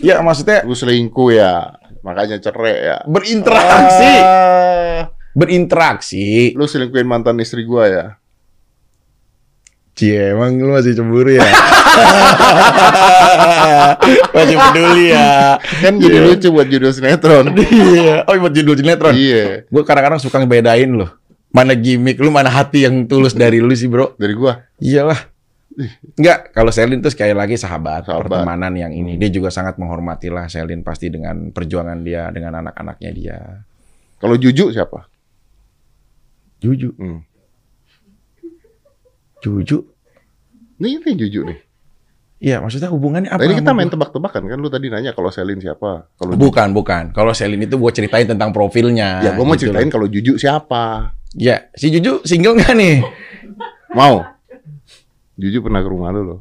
Ya, maksudnya
Lu selingkuh ya. Makanya cerai ya.
berinteraksi,
Ah,
berinteraksi.
lu selingkuhin mantan istri gua ya.
Cie, emang lu masih cemburu ya? masih peduli ya?
Kan jadi lucu buat judul sinetron.
Iya. Oh, buat judul sinetron.
Iya.
Gue kadang-kadang suka ngebedain loh. Mana gimmick lu, mana hati yang tulus dari lu sih, Bro.
Dari gua.
Iyalah. Enggak, kalau Selin tuh sekali lagi
Sahabat.
sahabat,
Hmm.
pertemanan yang ini. Dia juga sangat menghormatilah Selin pasti dengan perjuangan dia, dengan anak-anaknya dia.
Kalau Juju siapa?
Juju,
Hmm.
Juju.
Nih, ini Juju nih.
Iya, maksudnya hubungannya apa?
Tadi Nah, kita
sama
main
gua?
tebak-tebakan kan lu tadi nanya kalau Selin siapa? Kalau Juju-
Bukan, bukan. Kalau Selin itu gue ceritain tentang profilnya.
Ya, gua mau
gitu
ceritain
loh.
kalau Juju siapa.
Ya, si Juju single nggak nih?
Mau? Juju pernah ke rumah lu loh.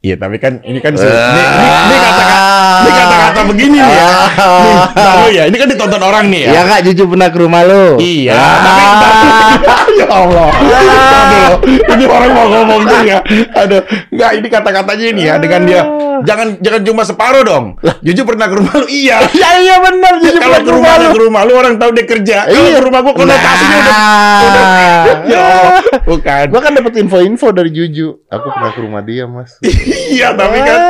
Iya, tapi kan ini kan ini, ini, ini kata-kata Ini kata-kata begini nih ya. Nih, ntar lu ya. Ini kan ditonton orang nih ya.
Ya kak, Juju pernah ke rumah Ah. lo.
Iya. Tapi ntar dulu. ya Allah.
Iya.
Aduh, ini orang mau ngomong juga. Aduh, enggak ini kata-katanya ini ya dengan dia. Jangan jangan cuma separuh dong. Jujur pernah ke rumah lu? Iya.
Ya iya benar, Juju
Kalau
pernah
ke rumah lu, ke rumah lu orang tahu dia kerja. Kalau
Iya.
ke rumah gua konotasinya udah
Nah.
Ya, Allah. bukan.
Gua kan dapat info-info dari Juju. Aku pernah ke rumah dia, Mas.
Iya, tapi kan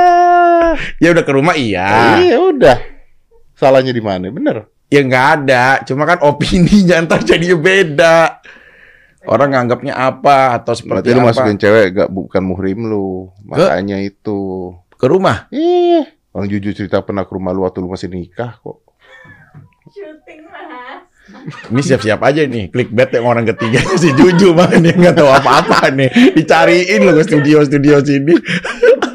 ya udah ke rumah iya.
Iya, udah. Salahnya di mana? Bener.
Ya nggak ada, cuma kan opininya ntar jadinya beda. Orang nganggapnya apa atau
Berarti
seperti
lu
apa?
masukin cewek gak bukan muhrim lu. Makanya itu.
Ke rumah.
Ih, Bang Juju cerita pernah ke rumah lu waktu lu masih nikah kok.
syuting mas
Ini siap-siap aja nih, clickbait yang orang ketiga si Juju makanya nggak tahu apa-apa nih. Dicariin lo ke studio-studio sini.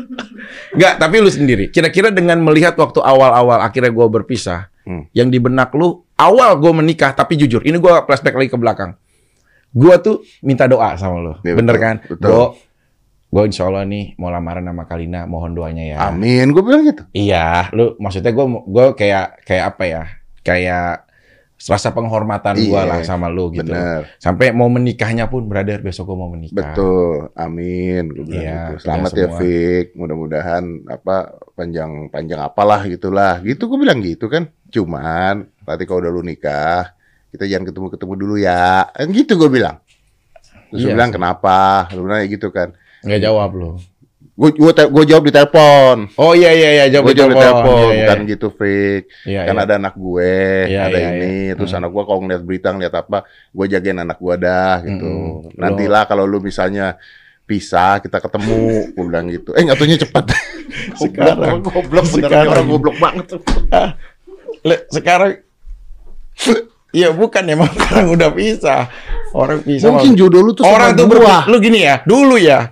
Nggak, tapi lu sendiri. Kira-kira dengan melihat waktu awal-awal akhirnya gua berpisah,
Hmm.
yang di benak lu awal gua menikah, tapi jujur, ini gua flashback lagi ke belakang. Gua tuh minta doa sama lo,
Ya,
bener
betul,
kan?
betul.
Gua, gua insya Allah nih mau lamaran sama Kalina, mohon doanya ya.
Amin, gue bilang gitu.
Iya, lu maksudnya gue gue kayak kayak apa ya? Kayak rasa penghormatan gue
Iya,
lah sama lu gitu.
Bener.
Sampai mau menikahnya pun, brother, besok gue mau menikah.
Betul. Amin, gue bilang
Iya,
gitu. Selamat
udah
ya,
semua.
Fik. Mudah-mudahan apa panjang-panjang apalah gitulah. Gitu gue bilang gitu kan. Cuman nanti kalau udah lu nikah, kita jangan ketemu-ketemu dulu ya. Kan gitu gue bilang. Terus lu
Iya
bilang
sih.
kenapa? Lu bilang kayak gitu kan.
Nggak jawab lu.
Gue gue jawab di telepon.
Oh iya iya iya, jawab
Gue
di
jawab di telepon,
Iya, iya,
bukan gitu, Fik.
Iya,
kan
iya.
ada anak gue,
Iya,
ada
iya,
ini,
iya.
terus
Hmm.
anak gue kalau ngeliat berita ngeliat apa, gue jagain anak gue dah gitu.
Mm-mm. Lo-
Nantilah kalau lu misalnya pisah kita ketemu, gue bilang gitu. Eh nggak taunya cepet.
Sekarang.
goblok, goblok, beneran
Sekarang.
orang goblok banget.
Ah, Le, sekarang Iya bukan emang sekarang udah pisah. Orang pisah.
Mungkin
sama-
jodoh lu tuh sama
orang tuh
gua.
berpi- lu gini ya, dulu ya.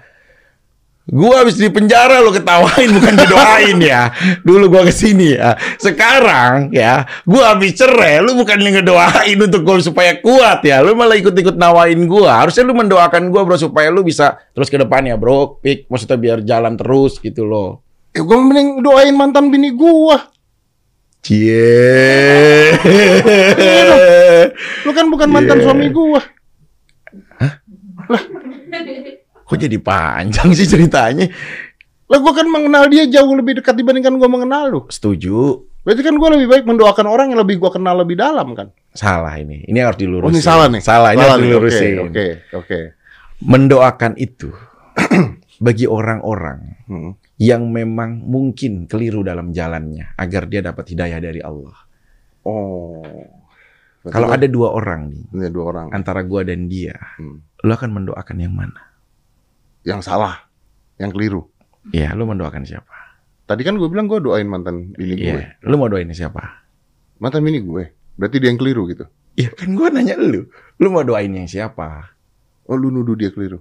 Gua habis di penjara lu ketawain bukan didoain ya. Dulu gua kesini ya. Sekarang ya, gua habis cerai, lu bukan ngedoain untuk gua supaya kuat ya. Lu malah ikut-ikut nawain gua. Harusnya lu mendoakan gua bro supaya lu bisa terus ke depannya bro. Pik, maksudnya biar jalan terus gitu loh.
Ya, gue mending doain mantan bini gue.
Cie.
Lu kan bukan mantan
Iya.
suami gue.
Kok jadi panjang sih ceritanya?
Lah gue kan mengenal dia jauh lebih dekat dibandingkan gue mengenal lu.
Setuju.
Berarti kan gue lebih baik mendoakan orang yang lebih gue kenal lebih dalam kan.
Salah ini. Ini harus
Oh
dilurusin.
ini salah nih.
Salah, ini harus
nih. Oke,
dilurusin.
oke, oke.
Mendoakan itu bagi orang-orang
Hmm.
yang memang mungkin keliru dalam jalannya agar dia dapat hidayah dari Allah.
Oh. Berarti
Kalau
lu-
ada dua orang nih
Ini dua orang
antara gua dan dia,
Hmm.
lo akan mendoakan yang mana?
yang salah, yang keliru.
Ya, lo mendoakan siapa?
Tadi kan gue bilang gue doain mantan bini gue.
Iya, lo mau doain siapa?
Mantan bini gue. Berarti dia yang keliru gitu.
Ya kan gua nanya lu, lu mau doain yang siapa?
Oh lu nuduh dia keliru.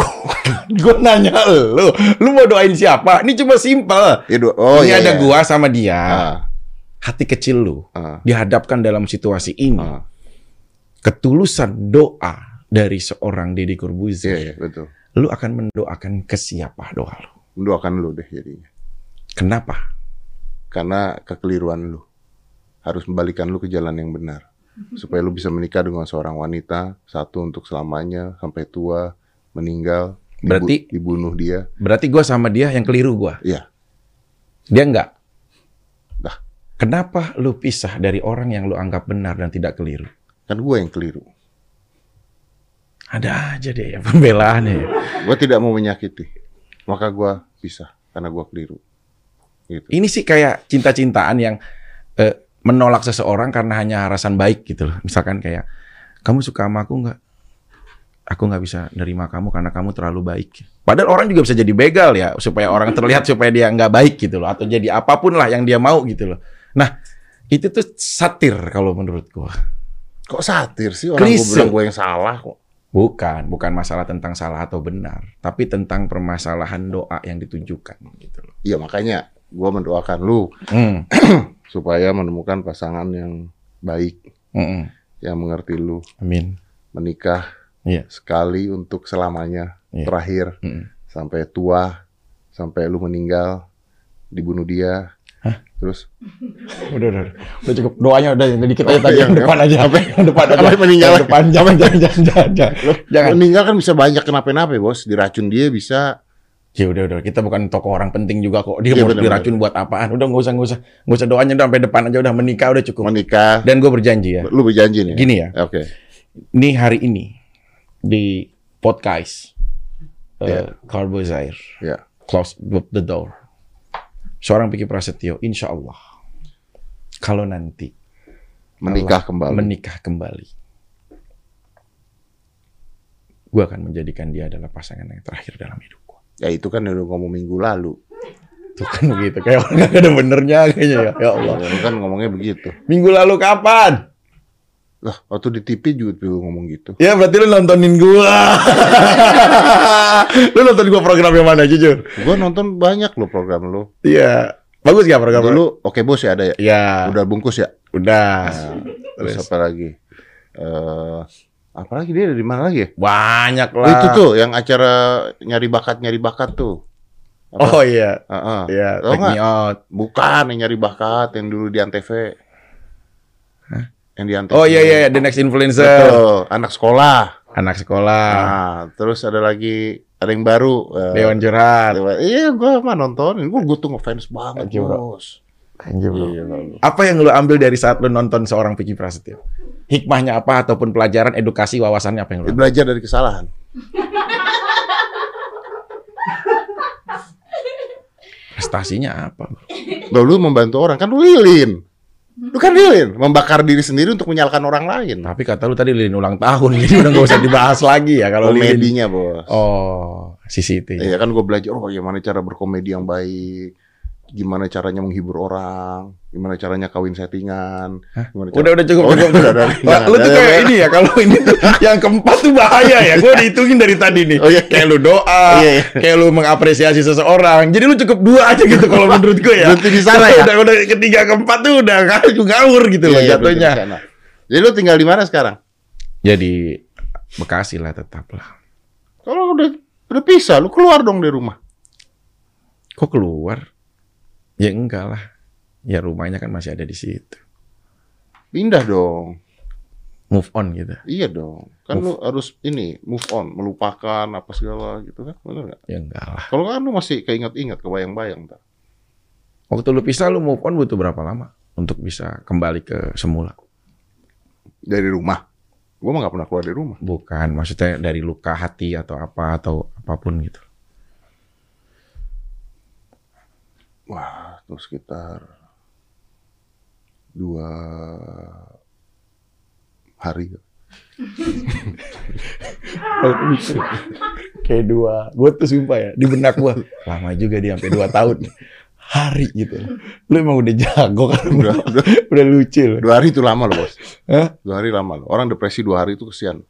Gua nanya lu, lu mau doain siapa? Ini cuma simple.
Ya, do- oh
ini
iya,
ada
iya.
gua sama dia.
Ah,
Hati kecil lu
ah,
dihadapkan dalam situasi ini.
ah.
ketulusan doa dari seorang Deddy
Iya,
Corbuzier,
iya, betul.
lu akan mendoakan ke siapa doa lu?
Mendoakan lu deh jadinya.
Kenapa?
Karena kekeliruan lu. Harus membalikan lu ke jalan yang benar. Supaya lu bisa menikah dengan seorang wanita. Satu untuk selamanya. Sampai tua. Meninggal. dibu-
Berarti-
Dibunuh dia.
Berarti gua sama dia yang keliru gua.
Iya.
Dia enggak.
Lah.
Kenapa lu pisah dari orang yang lu anggap benar dan tidak keliru?
Kan gue yang keliru.
Ada aja deh ya pembelaannya. ya.
Gue tidak mau menyakiti. Maka gue pisah. Karena gue keliru. Gitu.
Ini sih kayak cinta-cintaan yang eh, menolak seseorang karena hanya alasan baik gitu loh. Misalkan kayak kamu suka sama aku nggak? Aku nggak bisa nerima kamu karena kamu terlalu baik. Padahal orang juga bisa jadi begal ya supaya orang terlihat supaya dia nggak baik gitu loh atau jadi apapun lah yang dia mau gitu loh. Nah itu tuh satir kalau menurut gua.
Kok satir sih orang gue
Klise.
bilang gue yang salah kok.
Bukan, bukan masalah tentang salah atau benar, tapi tentang permasalahan doa yang ditujukan gitu loh.
Iya makanya gue mendoakan lu
Hmm,
supaya menemukan pasangan yang baik,
mm-mm.
yang mengerti lu,
Amin.
menikah
Iya.
sekali untuk selamanya,
Iya.
terakhir
Mm-mm.
sampai tua, sampai lu meninggal, dibunuh dia, Terus
Udah, udah, udah. Udah cukup. Doanya udah yang dikit aja
Apa
tadi
yang-
yang depan aja.
apa
Yang depan aja.
apa iya, yang meninggal?
Yang depan jangan jangan jangan jangan. jangan. Jangan.
meninggal kan bisa banyak kenapa-napa bos. Diracun dia bisa.
Ya udah udah kita bukan tokoh orang penting juga kok. Dia
Iya,
mau
benar,
diracun buat apaan? Udah nggak usah nggak usah nggak usah doanya udah sampai depan aja udah menikah udah cukup.
Menikah.
Dan gue berjanji ya.
Lu berjanji nih.
Gini ya.
Oke.
Ini hari ini di podcast
Iya.
eh Carbozair
Ya.
close the door. Seorang Piki Prasetyo, insya Allah kalau nanti
Menikah kembali.
Allah Menikah kembali. Gue akan menjadikan dia adalah pasangan yang terakhir dalam hidup gue.
ya itu kan udah ngomong minggu lalu.
Tuh kan begitu. Kayak orang gak ada benernya kayaknya ya. Ya Allah.
Lu kan ngomongnya begitu.
Minggu lalu kapan?
Lah, waktu di TV juga juga ngomong gitu.
Ya berarti lu nontonin gue. lu nonton gue program yang mana jujur?
Gua nonton banyak lo program lo.
Iya. Bagus gak program lu?
Dulu oke bos ya ada ya.
Ya.
Udah bungkus ya.
Udah.
Terus
Terus.
apa lagi? Eh apa lagi dia dari mana lagi ya?
Banyak
Oh,
lah.
itu tuh yang acara nyari bakat nyari bakat tuh.
Oh iya.
Heeh.
Iya.
Tau
Take me out.
Bukan yang nyari bakat yang dulu di Antv. Yang di Antv.
Oh iya iya. The next influencer.
Betul, anak sekolah.
Anak sekolah.
Nah, terus ada lagi ada yang baru. eh,
Dewan curhat.
Dewa- Iya, gua mah nontonin. Gua, gua tuh ngefans banget,
Anjing, bro.
Bos.
Iya.
Gila, lu.
Apa yang lu ambil dari saat lu nonton seorang Vicky Prasetyo? Hikmahnya apa ataupun pelajaran edukasi wawasannya apa yang lu ambil?
Belajar dari kesalahan.
Prestasinya apa? bro?
Loh, lu membantu orang kan lu lilin. Lu kan lilin, membakar diri sendiri untuk menyalahkan orang lain.
Tapi kata lu tadi lilin ulang tahun, jadi udah gak usah dibahas lagi ya kalau lilin.
Komedinya, Bos.
Oh, sisi itu.
Iya
ya.
kan gue belajar oh bagaimana cara berkomedi yang baik, gimana caranya menghibur orang, gimana caranya kawin settingan, gimana cara-
Udah udah cukup.
Oh,
cukup.
udah, udah, udah.
Wah, lu tuh
Udah,
kayak
udah.
ini ya kalau ini tuh yang keempat tuh bahaya ya. Gue dihitungin dari tadi nih.
Oh, iya.
Kayak lu doa,
Iya, iya.
kayak lu mengapresiasi seseorang. Jadi lu cukup dua aja gitu kalau menurut gue ya.
Berhenti di sana ya?
Udah udah ketiga keempat tuh udah ngawur ngawur gitu
Iya,
loh
iya,
jatuhnya.
berarti di sana. Jadi lu tinggal di mana sekarang?
Jadi Ya, Bekasi lah tetaplah.
Kalau udah udah pisah, lu keluar dong dari rumah.
Kok keluar? Ya enggak lah. Ya rumahnya kan masih ada di situ.
Pindah dong.
Move on gitu.
Iya dong. Kan lu harus ini move on, melupakan apa segala gitu kan. Benar nggak?
Ya enggak lah.
Kalau kan lu masih keinget-inget, kebayang-bayang ntar.
Waktu lu pisah lu move on butuh berapa lama untuk bisa kembali ke semula?
dari rumah. Gua mah nggak pernah keluar dari rumah.
Bukan, maksudnya dari luka hati atau apa atau apapun gitu.
Wah, tuh sekitar dua hari.
Oh, gitu. Kayak dua, gue tuh sumpah ya di benak gue lama juga dia sampai dua tahun hari gitu. Lu emang udah jago kan,
Udah, udah.
udah lucu loh.
Dua hari itu lama loh bos.
Hah?
Dua hari lama loh. Orang depresi dua hari itu kesian.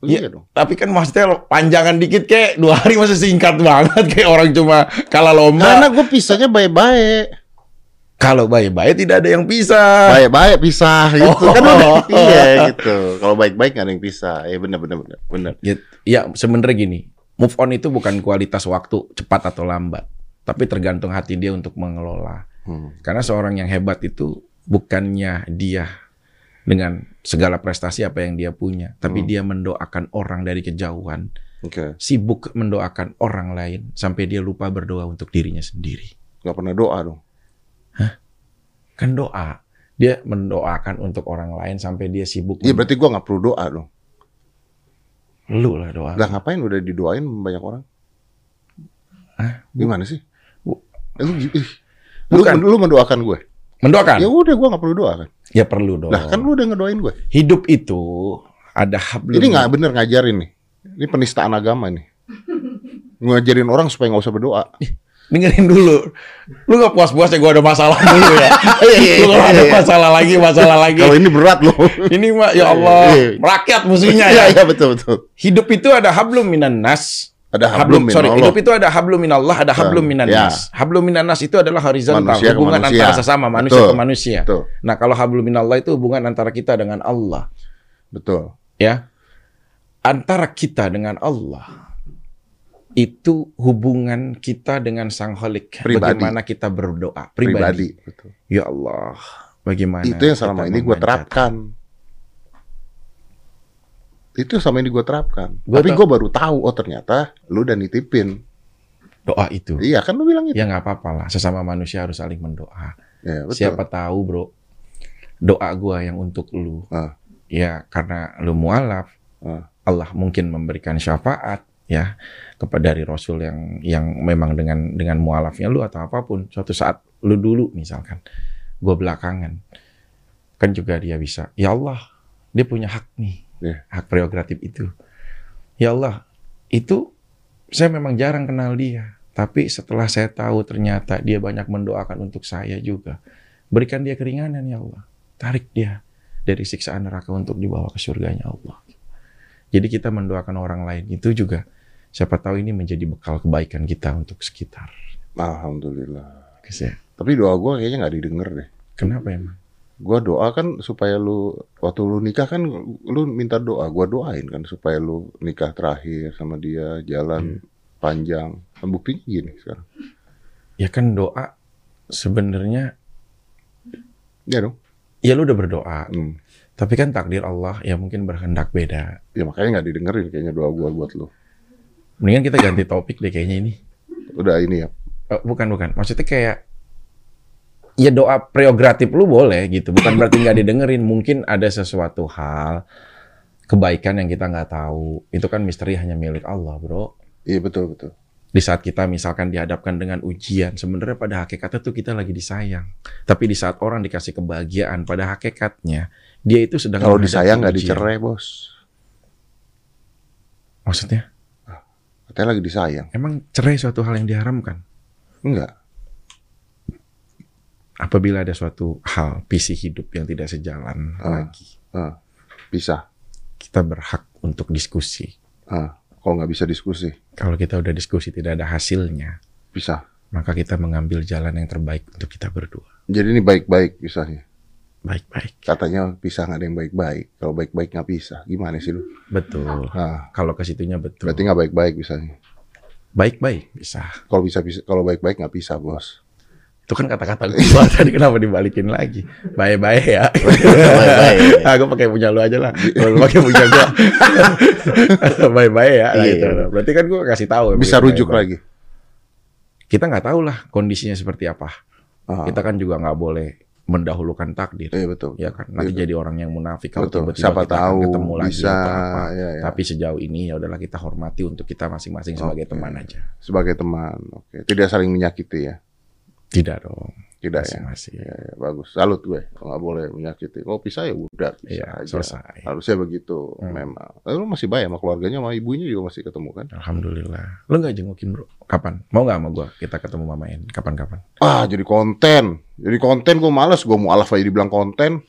Oh, Iya
Iya.
dong.
Tapi kan maksudnya lo- panjangan dikit kayak dua hari masih singkat banget kayak orang cuma
Karena
kalah lomba.
gue pisahnya baik-baik.
Kalau baik-baik tidak ada yang pisah.
Baik-baik pisah gitu. Kan
Oh.
udah, iya gitu. Kalau baik-baik nggak ada yang pisah. Ya bener bener bener. bener.
Ya, ya sebenarnya gini, move on itu bukan kualitas waktu cepat atau lambat, tapi tergantung hati dia untuk mengelola.
Hmm.
Karena seorang yang hebat itu bukannya dia dengan segala prestasi apa yang dia punya, tapi
Hmm.
dia mendoakan orang dari kejauhan,
Oke.
sibuk mendoakan orang lain sampai dia lupa berdoa untuk dirinya sendiri.
Nggak pernah doa dong.
Kan doa, dia mendoakan untuk orang lain sampai dia sibuk.
Iya berarti gua nggak perlu doa dong.
lu lah doa.
Lah ngapain udah didoain banyak orang?
Hah?
Gimana sih?
Bu-
Eh, Lu, gi- ih. lu,
Bukan.
lu mendoakan gue.
Mendoakan?
Ya udah gue nggak perlu doa kan.
Ya perlu dong.
Lah kan lu udah ngedoain gue.
Hidup itu ada hablum.
Ini nggak bener ngajarin nih. Ini penistaan agama nih. ngajarin orang supaya nggak usah berdoa.
dengerin dulu. Lu gak puas-puas ya gue ada masalah dulu ya. Lu kalau ada masalah lagi, masalah lagi.
Iya, Kalau ini berat loh.
Ini mah ya Allah,
Iya.
rakyat musuhnya
Iya
ya.
iya betul betul.
Hidup itu ada hablum minan nas.
Ada hablum min
Ah, sorry,
Allah.
hidup itu ada hablum min Allah, ada hablum
Betul.
minan
Ya.
nas. Hablum minan nas itu adalah horizontal,
Manusia ke
hubungan
manusia.
antara sesama manusia
Betul.
ke manusia.
Betul
Nah, kalau hablum min Allah itu hubungan antara kita dengan Allah,
betul.
ya. Antara kita dengan Allah itu hubungan kita dengan Sang Holik.
Pribadi.
Bagaimana kita berdoa pribadi.
pribadi. Betul.
Ya Allah, bagaimana?
Itu yang selama
kita
ini gue
memanjat.
terapkan. Itu yang selama ini gue terapkan.
Gua
Tapi
tau.
gue baru tahu, oh ternyata lu udah nitipin.
Doa itu.
Iya kan lu bilang itu.
Ya nggak apa-apa lah. Sesama manusia harus saling mendoa.
Ya, betul.
Siapa tahu bro, doa gua yang untuk lu.
Ah.
Ya karena lu mualaf,
Ah.
Allah mungkin memberikan syafaat ya kepada dari Rasul yang yang memang dengan dengan mualafnya lu atau apapun. Suatu saat lu dulu misalkan, gua belakangan, kan juga dia bisa. Ya Allah, dia punya hak nih,
Iya.
hak prerogatif itu. Ya Allah, itu saya memang jarang kenal dia. Tapi setelah saya tahu ternyata dia banyak mendoakan untuk saya juga. Berikan dia keringanan ya Allah. Tarik dia dari siksaan neraka untuk dibawa ke surganya Allah. Jadi kita mendoakan orang lain itu juga siapa tahu ini menjadi bekal kebaikan kita untuk sekitar.
Alhamdulillah.
Bagus ya.
Tapi doa gue kayaknya nggak didengar deh.
Kenapa emang?
Gua doa kan supaya lu waktu lu nikah kan lu minta doa, gua doain kan supaya lu nikah terakhir sama dia
Hmm.
jalan panjang. Kan buktinya gini sekarang.
Ya kan doa sebenarnya
Ya dong.
ya lu udah berdoa,
Hmm.
tapi kan takdir Allah ya mungkin berkehendak beda.
Ya makanya nggak didengerin kayaknya doa gua buat lu.
Mendingan kita ganti topik deh kayaknya ini.
Udah ini ya.
Eh, bukan bukan maksudnya kayak ya doa prerogatif lu boleh gitu bukan berarti nggak didengerin mungkin ada sesuatu hal kebaikan yang kita nggak tahu itu kan misteri hanya milik Allah bro
Iya betul betul.
di saat kita misalkan dihadapkan dengan ujian sebenarnya pada hakikatnya tuh kita lagi disayang tapi di saat orang dikasih kebahagiaan pada hakikatnya dia itu sedang
Kalau
menghadapi
disayang nggak
ujian.
dicerai, Bos.
maksudnya
Katanya lagi disayang.
emang cerai suatu hal yang diharamkan
Enggak.
apabila ada suatu hal visi hidup yang tidak sejalan
Ah.
lagi
Bisa.
kita berhak untuk diskusi.
Ah, Kalau nggak bisa diskusi,
Kalau kita udah diskusi tidak ada hasilnya,
bisa.
maka kita mengambil jalan yang terbaik untuk kita berdua.
Jadi ini baik-baik pisahnya.
Baik-baik.
Katanya pisah nggak ada yang baik-baik. Kalau baik-baik nggak pisah, gimana sih lu?
Betul.
Ah,
Kalau ke situnya betul.
berarti nggak baik-baik pisahnya.
Baik-baik bisa.
Kalau bisa, bisa kalau baik-baik nggak pisah, Bos.
Itu kan kata-kata gua tadi kenapa dibalikin lagi? Baik-baik ya.
Baik-baik.
ah, gua pakai punya lu aja lah. Kalau lu pakai punya gua. Baik-baik ya. Nah,
Iya,
gitu.
iya.
Berarti kan gua kasih tahu.
bisa rujuk
baik-baik.
lagi.
Kita nggak tahu lah kondisinya seperti apa.
Ah,
Kita kan juga nggak boleh mendahulukan takdir.
iya betul.
ya kan nanti
Gitu.
jadi orang yang munafik kalau
betul.
tiba-tiba
Siapa
kita akan
tahu
ketemu lagi
bisa
atau apa.
ya, ya.
tapi sejauh ini ya udahlah kita hormati untuk kita masing-masing sebagai
Oke.
teman aja
sebagai teman. Oke, tidak saling menyakiti ya.
tidak dong
Tidak ya.
masing-masing
Ya, ya, bagus. Salut gue. Kalau nggak boleh menyakiti. Kalau pisah ya udah pisah
Iya,
aja.
selesai
Harusnya begitu
Hmm.
memang. Eh, lu masih baik sama keluarganya sama ibunya juga masih ketemu kan?
alhamdulillah lo nggak jengukin bro kapan mau nggak sama gua kita ketemu mama En kapan-kapan
Ah, jadi konten. Jadi konten gue males. Gue mau alaf aja dibilang konten.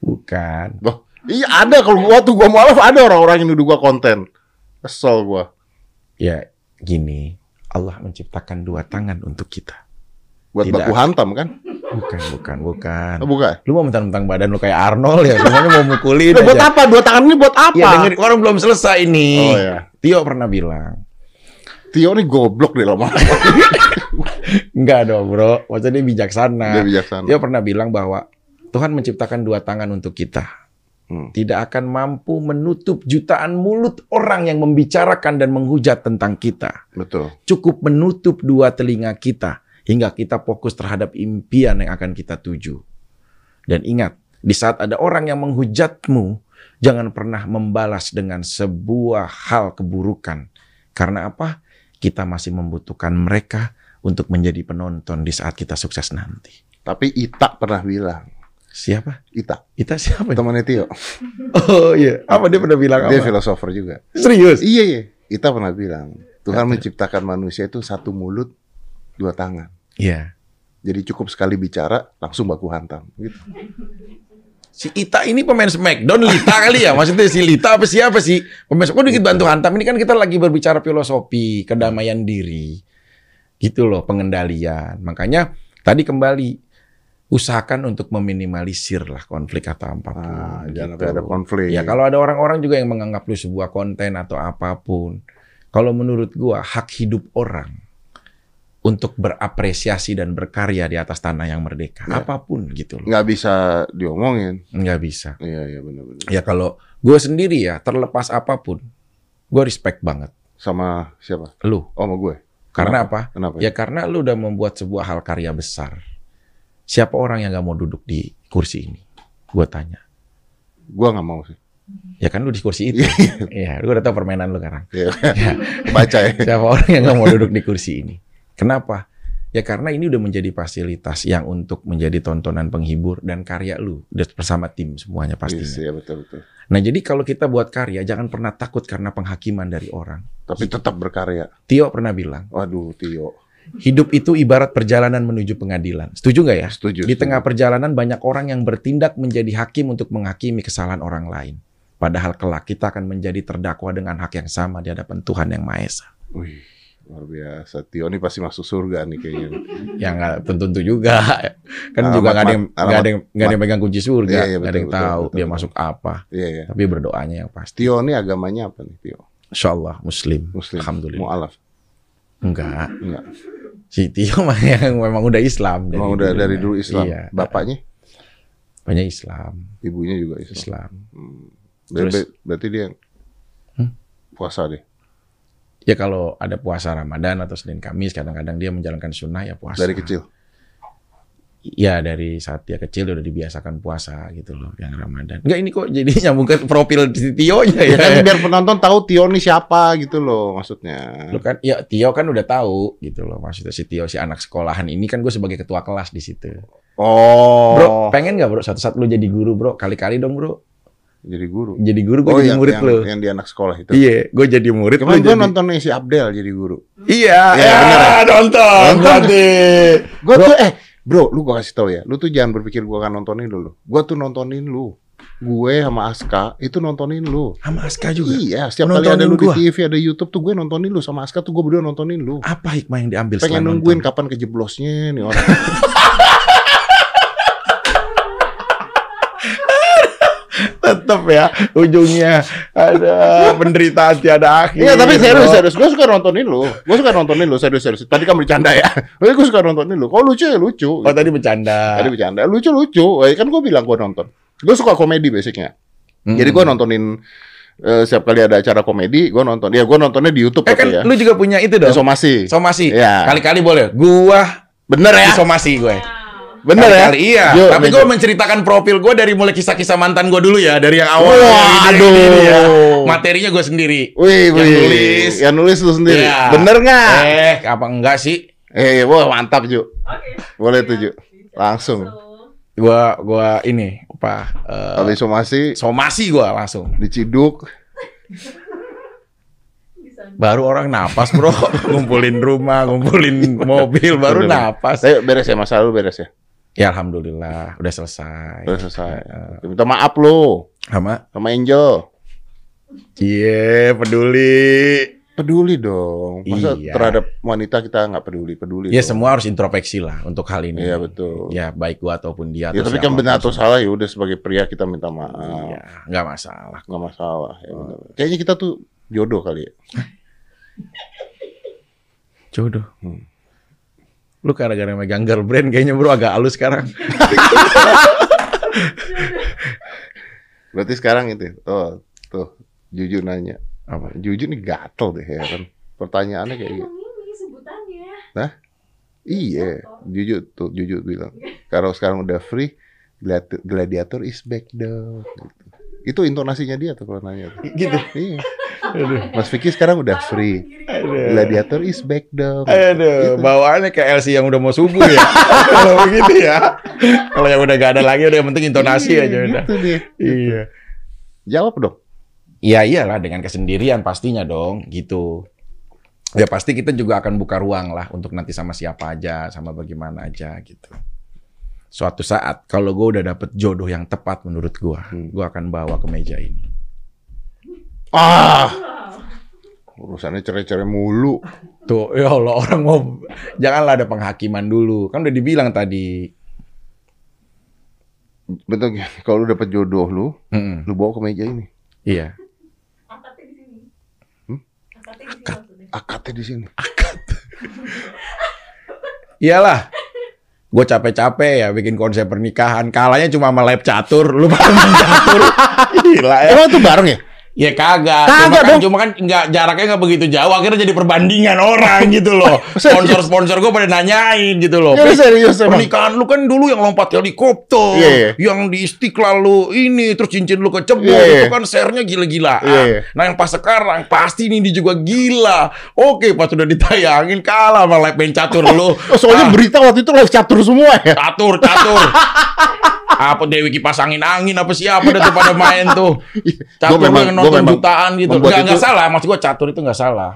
bukan
Bah, iya ada kalau gua tuh gua mau alaf ada orang-orang yang nuduh gua konten. Kesel gua.
ya gini Allah menciptakan dua tangan untuk kita
Buat
Tidak.
baku hantam kan?
bukan bukan bukan
Oh, bukan.
lu mau mentang-mentang badan lu kayak Arnold ya semuanya mau mukulin
Nah, buat
aja
apa? Dua tangan ini buat apa?
ya iya. dengerin orang belum selesai ini
Oh ya.
Tio pernah bilang
Tio ini goblok deh lama.
Enggak dong bro, maksudnya dia bijaksana.
Dia
Dia,
bijaksana.
pernah bilang bahwa Tuhan menciptakan dua tangan untuk kita.
Hmm.
Tidak akan mampu menutup jutaan mulut orang yang membicarakan dan menghujat tentang kita.
Betul.
Cukup menutup dua telinga kita hingga kita fokus terhadap impian yang akan kita tuju. Dan ingat, di saat ada orang yang menghujatmu, jangan pernah membalas dengan sebuah hal keburukan. Karena apa? Kita masih membutuhkan mereka untuk menjadi penonton di saat kita sukses nanti.
Tapi Ita pernah bilang,
Siapa?
Ita,
Kita siapa?
temannya Tio.
Oh iya, apa dia pernah bilang
Dia
apa?
filosofer juga.
Serius?
Iya, iya. Ita pernah bilang, Tuhan menciptakan manusia itu satu mulut, dua tangan.
Iya.
Jadi cukup sekali bicara, langsung baku hantam. Gitu.
Si Ita ini pemain Smackdown Lita kali ya? Maksudnya si Lita apa siapa sih? Pemain Kok dikit bantu hantam? Ini kan kita lagi berbicara filosofi, kedamaian diri. Gitu loh, pengendalian. Makanya tadi kembali usahakan untuk meminimalisir lah konflik atau apapun.
Ah, jangan
gitu.
sampai ada konflik.
Ya kalau ada orang-orang juga yang menganggap lu sebuah konten atau apapun. Kalau menurut gua hak hidup orang untuk berapresiasi dan berkarya di atas tanah yang merdeka,
Ya.
apapun gitu loh.
nggak bisa diomongin.
Nggak bisa.
Iya iya benar-benar.
Ya kalau gua sendiri ya terlepas apapun, gua respect banget
Sama siapa?
lu.
Oh, sama gue.
Karena apa?
Kenapa?
Ya karena lu udah membuat sebuah hal karya besar. Siapa orang yang gak mau duduk di kursi ini? Gua tanya.
Gue nggak mau sih.
Ya kan lu di kursi itu. Iya, lu udah tau permainan lu sekarang.
Iya.
Ya,
Baca ya.
siapa orang yang gak mau duduk di kursi ini? Kenapa? Ya karena ini udah menjadi fasilitas yang untuk menjadi tontonan penghibur dan karya lu. Udah bersama tim semuanya pastinya.
Iya, Iya betul betul.
Nah jadi kalau kita buat karya, jangan pernah takut karena penghakiman dari orang.
Tapi tetap berkarya.
Tio pernah bilang,
Waduh, Tio.
hidup itu ibarat perjalanan menuju pengadilan. Setuju nggak ya?
Setuju.
Di
setuju.
tengah perjalanan banyak orang yang bertindak menjadi hakim untuk menghakimi kesalahan orang lain. Padahal kelak kita akan menjadi terdakwa dengan hak yang sama di hadapan Tuhan yang Maha Esa.
Wih, luar biasa. Tio ini pasti masuk surga nih kayaknya.
Yang nggak tentu-tentu juga. Kan
Alamat
juga nggak ada yang
mat-
nggak ada yang nggak ada yang pegang kunci surga,
Iya,
nggak
iya,
ada yang
betul, betul,
tahu
betul,
dia
betul.
masuk apa.
Iya iya.
Tapi berdoanya yang pasti.
Tio ini agamanya apa nih, Tio?
Insya Allah Muslim.
Muslim.
Alhamdulillah.
Mualaf.
Enggak.
Enggak.
Si Tio mah yang memang udah Islam.
Emang udah dari dulu Islam.
Iya.
Bapaknya,
Banyak Islam.
ibunya juga Islam.
Islam.
Hmm. Ber-
Terus?
ber- berarti dia
Hmm?
puasa deh.
Ya kalau ada puasa Ramadan atau Senin Kamis kadang-kadang dia menjalankan sunnah ya puasa.
Dari kecil.
Iya dari saat dia kecil udah dibiasakan puasa gitu loh yang Ramadan. Enggak ini kok jadi nyambung ke profil si Tio nya
Ya
ya.
kan biar penonton tahu Tio ini siapa gitu loh maksudnya.
Lu kan ya Tio kan udah tahu gitu loh maksudnya si Tio si anak sekolahan ini kan gue sebagai ketua kelas di situ.
Oh.
Bro, pengen nggak bro satu saat lu jadi guru bro? Kali-kali dong bro.
jadi guru.
Jadi guru gue
oh,
jadi
yang,
murid
yang,
lu.
yang di anak sekolah itu.
Iya, gue jadi murid. lu
Kemarin gue
jadi-
nonton si Abdel jadi guru.
Iya,
Iya,
ya,
bener ya?
nonton.
Nonton.
berarti.
Gue tuh eh bro, lu gua kasih tau ya, lu tuh jangan berpikir gua akan nontonin dulu. Gua tuh nontonin lu. Gue sama Aska itu nontonin lu.
Sama Aska juga.
Iya, setiap kali ada
Nontonin
lu
gua.
di TV, ada YouTube tuh gue nontonin lu sama Aska tuh gue berdua nontonin lu.
Apa hikmah yang diambil
Pengen
setelah
nungguin
nonton?
kapan kejeblosnya nih orang.
Tetep ya, ujungnya ada penderitaan tiada akhir. Oh,
Iya, tapi serius
bro.
serius gue suka nontonin lu. Gue suka nontonin lu serius serius. Tadi kamu bercanda ya. Tapi gue suka nontonin lu. Kalau lucu ya lucu.
Oh tadi bercanda.
Tadi bercanda, lucu lucu. Eh, Kan gue bilang gue nonton. Gue suka komedi basicnya.
Hmm.
Jadi gue nontonin eh, setiap kali ada acara komedi, gue nonton. Ya gue nontonnya di YouTube
Eh kan
tapi ya.
lu juga punya itu dong.
Somasi.
somasi.
Iya.
Kali-kali boleh. Gua
Bener ya?
somasi gue.
Nah,
Bener ya?
Kali-kali iya.
Yo,
Tapi
bener.
gue menceritakan profil gue dari mulai kisah-kisah mantan gue dulu ya, dari yang awal.
Wah,
Ini, ini, ini, ya.
aduh.
Materinya gue sendiri.
Wih,
Yang
wih.
nulis.
Yang nulis lu sendiri.
Iya.
Bener nggak?
Eh, apa enggak sih?
Eh, wah mantap Ju.
Oke.
Boleh tuh, Ju. Langsung.
Iya.
So,
Gua gua ini apa? eh,
Habis somasi,
somasi gue langsung.
diciduk.
bisa.
Baru orang napas bro, ngumpulin rumah, ngumpulin mobil, baru
Bener.
napas.
Saya beres ya masalah lu beres ya.
Ya alhamdulillah, udah selesai.
Udah selesai. Minta maaf lu
Sama?
sama Angel.
Iya, peduli.
Peduli dong. Masa
Iya.
terhadap wanita kita nggak peduli, peduli.
Ya
dong.
semua harus introspeksi lah untuk hal ini.
Iya, betul.
Ya baik gua ataupun dia.
Ya,
atau
tapi kan
siapapun.
benar atau salah ya udah sebagai pria kita minta maaf.
Iya, Oh. nggak masalah.
Nggak masalah. Ya, benar. Kayaknya kita tuh jodoh kali ya.
Jodoh.
Hmm.
Lu gara-gara megang girl brand kayaknya bro agak halus sekarang.
Berarti sekarang itu. Oh, tuh. Jujur nanya.
Apa?
Jujur nih gatel deh ya kan. Pertanyaannya kayak gitu.
Emang ini sebutannya.
Iya, jujur tuh, jujur bilang. Kalau sekarang udah free, gladi- gladiator is back dong. Gitu. Itu intonasinya dia tuh kalau nanya. tuh.
Gitu.
Iya. Mas Vicky sekarang udah free. Gladiator is back dong.
Aduh, bawaannya kayak LC yang udah mau subuh ya. Kalau begitu ya. Kalau yang udah gak ada lagi udah yang penting intonasi
Iya,
aja udah.
gitu dia.
Iya.
Jawab dong.
Iya iyalah dengan kesendirian pastinya dong gitu. Ya pasti kita juga akan buka ruang lah untuk nanti sama siapa aja, sama bagaimana aja gitu. Suatu saat kalau gue udah dapet jodoh yang tepat menurut gue,
Hmm.
gue akan bawa ke meja ini.
Ah, urusannya cerai-cerai mulu.
Tuh, ya Allah orang mau janganlah ada penghakiman dulu. Kan udah dibilang tadi
betul Gi. kalau lu dapat jodoh lu,
Mm-mm.
lu bawa ke meja ini.
Iya.
Angkatnya di sini.
Hmm?
Angkatnya di sini maksudnya.
Akadnya di sini.
Iyalah. Gue capek-capek ya bikin konsep pernikahan. Kalahnya cuma sama lab catur. Lu pakai lab catur. Gila ya.
Emang itu bareng ya?
Ya kagak. cuma
Kagak
kan,
dong.
cuma kan nggak jaraknya nggak begitu jauh. Akhirnya jadi perbandingan orang gitu loh. Sponsor-sponsor gue pada nanyain gitu loh.
Ya, lu serius emang.
Pernikahan lu kan dulu yang lompat helikopter,
Iya, iya.
yang di istiqlal lu ini, terus cincin lu kecebur,
Iya, iya.
itu kan share-nya gila-gilaan.
Iya, iya.
Nah yang pas sekarang, pasti ini dia juga gila. Oke, pas udah ditayangin, kalah sama lepen catur lu.
Oh, soalnya
Ah,
berita waktu itu live catur semua ya.
catur, catur. apa Dewi kipas angin angin apa siapa dah tuh pada main tuh catur
Gua memang-
yang
gua
nonton
memang
jutaan gitu
membuat
nggak nggak
itu-
salah maksud gua catur itu nggak salah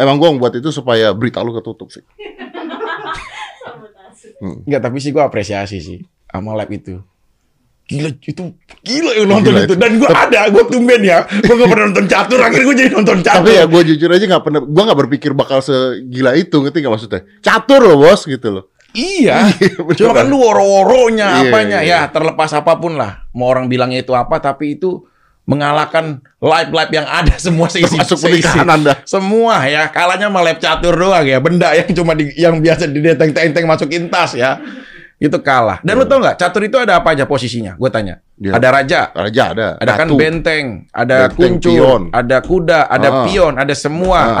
Emang gua buat itu supaya berita lu ketutup sih.
Sabotase.
nggak tapi sih gua apresiasi sih sama lab itu gila itu gila yang nonton
Gila
itu dan gua ada gua tumben ya gua nggak pernah nonton catur akhirnya gua jadi nonton catur
Tapi ya gue jujur aja nggak pernah, gue nggak berpikir bakal segila itu, ngerti nggak maksudnya? Catur loh bos gitu loh.
Iya,
beneran.
cuma kan lu woro-woronya
Iya,
apanya
iya.
ya terlepas apapun lah. Mau orang bilangnya itu apa, tapi itu mengalahkan live-live yang ada semua seisi
Termasuk
seisi.
pernikahan Anda.
Semua ya, kalahnya sama lab catur doang ya, benda yang cuma di, yang biasa dideteng-teng masukin tas ya. Itu kalah. Dan lu tau nggak, catur itu ada apa aja posisinya? Gue tanya.
Iya.
Ada raja,
Raja ada,
ada kan
ratu.
benteng, ada
Benteng, pion.
kuncur, ada kuda, ada
Ah.
pion, ada semua,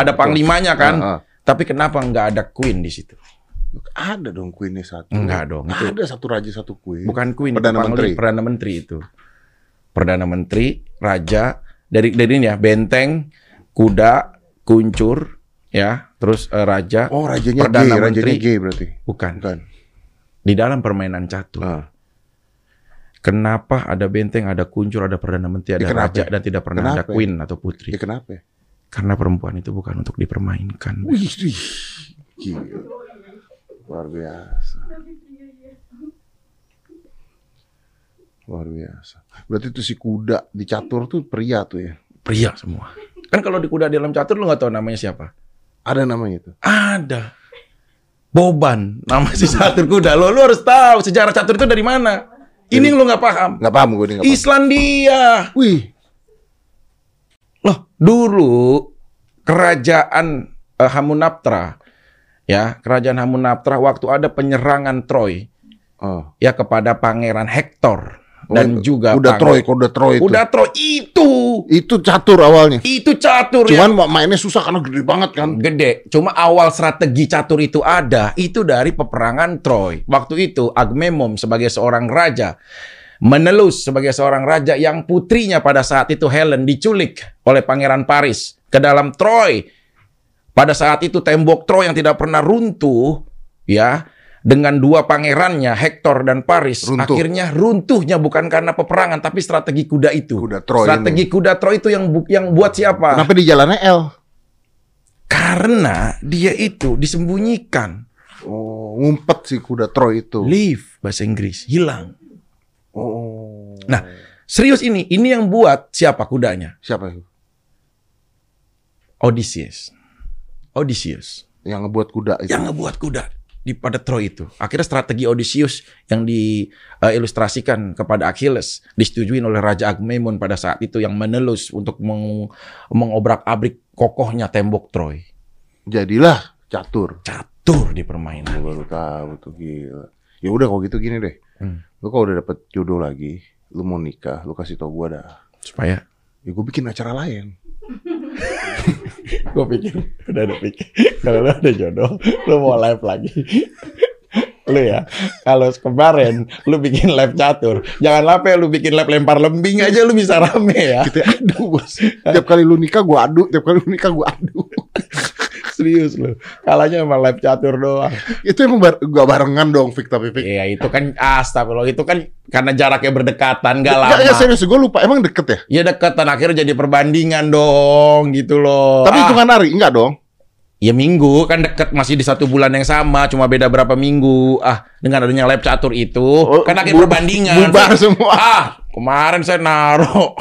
Ah,
ada
betul.
panglimanya kan.
Ah, ah.
Tapi kenapa nggak ada queen di situ?
Ada dong queennya satu.
Enggak dong, itu-
Ada satu raja satu queen.
Bukan Queen,
Perdana
itu Pangli-
Menteri.
Perdana Menteri itu. Perdana Menteri, raja dari dari ini ya, benteng, kuda, kuncur, ya, terus eh, raja.
Oh rajanya
Perdana
gay, rajanya
Menteri.
gay berarti.
Bukan.
Bukan.
Di dalam permainan catur.
Ah.
Kenapa ada benteng, ada kuncur, ada perdana menteri,
Ya,
ada
kenapa?
raja dan tidak pernah ada
Kenapa?
queen atau putri?
Ya kenapa? ya?
Karena perempuan itu bukan untuk dipermainkan.
Wih, wih. Gila. Luar biasa. Luar biasa. Berarti itu si kuda di catur tuh pria tuh ya.
Pria semua. Kan kalau di kuda di dalam catur lu nggak tahu namanya siapa?
Ada namanya itu.
Ada. Boban, nama si catur kuda. Lo lu harus tahu sejarah catur itu dari mana. Ini yang lu nggak paham.
Nggak paham gue nih nggak paham.
Islandia.
Wih,
Loh, dulu kerajaan eh, Hamunaptra ya, kerajaan Hamunaptra waktu ada penyerangan Troy
oh.
ya kepada pangeran Hector dan
Oh,
juga
kuda
pangeran-
Troy, kuda Troy itu.
Kuda Troy itu.
Itu catur awalnya.
Itu catur ya.
Cuman mainnya susah karena gede banget kan.
gede. Cuma awal strategi catur itu ada, itu dari peperangan Troy. Waktu itu Agamemnon sebagai seorang raja menelus sebagai seorang raja yang putrinya pada saat itu Helen diculik oleh pangeran Paris ke dalam Troy. Pada saat itu tembok Troy yang tidak pernah runtuh ya dengan dua pangerannya Hector dan Paris
Runtuh.
akhirnya runtuhnya bukan karena peperangan tapi strategi kuda itu.
Kuda Troy
Strategi kuda Troy itu yang bu- yang buat siapa?
Kenapa di jalannya L?
Karena dia itu disembunyikan.
Oh, ngumpet si kuda Troy itu.
Leave bahasa Inggris, hilang.
Oh.
Nah, serius ini, ini yang buat siapa kudanya?
Siapa itu?
Odysseus. Odysseus
Yang ngebuat kuda itu.
yang ngebuat kuda di pada Troy itu. Akhirnya strategi Odysseus yang diilustrasikan kepada Achilles disetujui oleh Raja Agamemnon pada saat itu yang menelus untuk meng- mengobrak-abrik kokohnya tembok Troy.
Jadilah catur.
Catur di permainan.
Gua baru tahu tuh gila. Ya udah kalau gitu gini deh.
Hmm.
Lu kalau udah dapet jodoh lagi, lu mau nikah, lu kasih tau gua dah.
Supaya
Ya gua bikin acara lain.
gue pikir udah ada pikir kalau lu ada jodoh lu mau live lagi lu ya kalau kemarin lu bikin live catur jangan lape lu bikin live lempar lembing aja lu bisa rame ya
Kita adu bos. tiap kali lu nikah gua adu, tiap kali lu nikah gua adu.
serius lu kalahnya sama live catur doang
itu emang bar- gua barengan dong Fik tapi Fik.
iya itu kan astagfirullah itu kan karena jaraknya berdekatan gak lama
Ya, ya serius gua lupa emang deket ya.
ya dekatan akhirnya jadi perbandingan dong gitu loh
Tapi
Ah,
hitungan hari enggak dong.
Ya minggu kan deket masih di satu bulan yang sama, cuma beda berapa minggu. Ah, dengan adanya lab catur itu,
Oh,
kan akhirnya
bu-
perbandingan.
bubar semua.
Ah, Kemarin saya naruh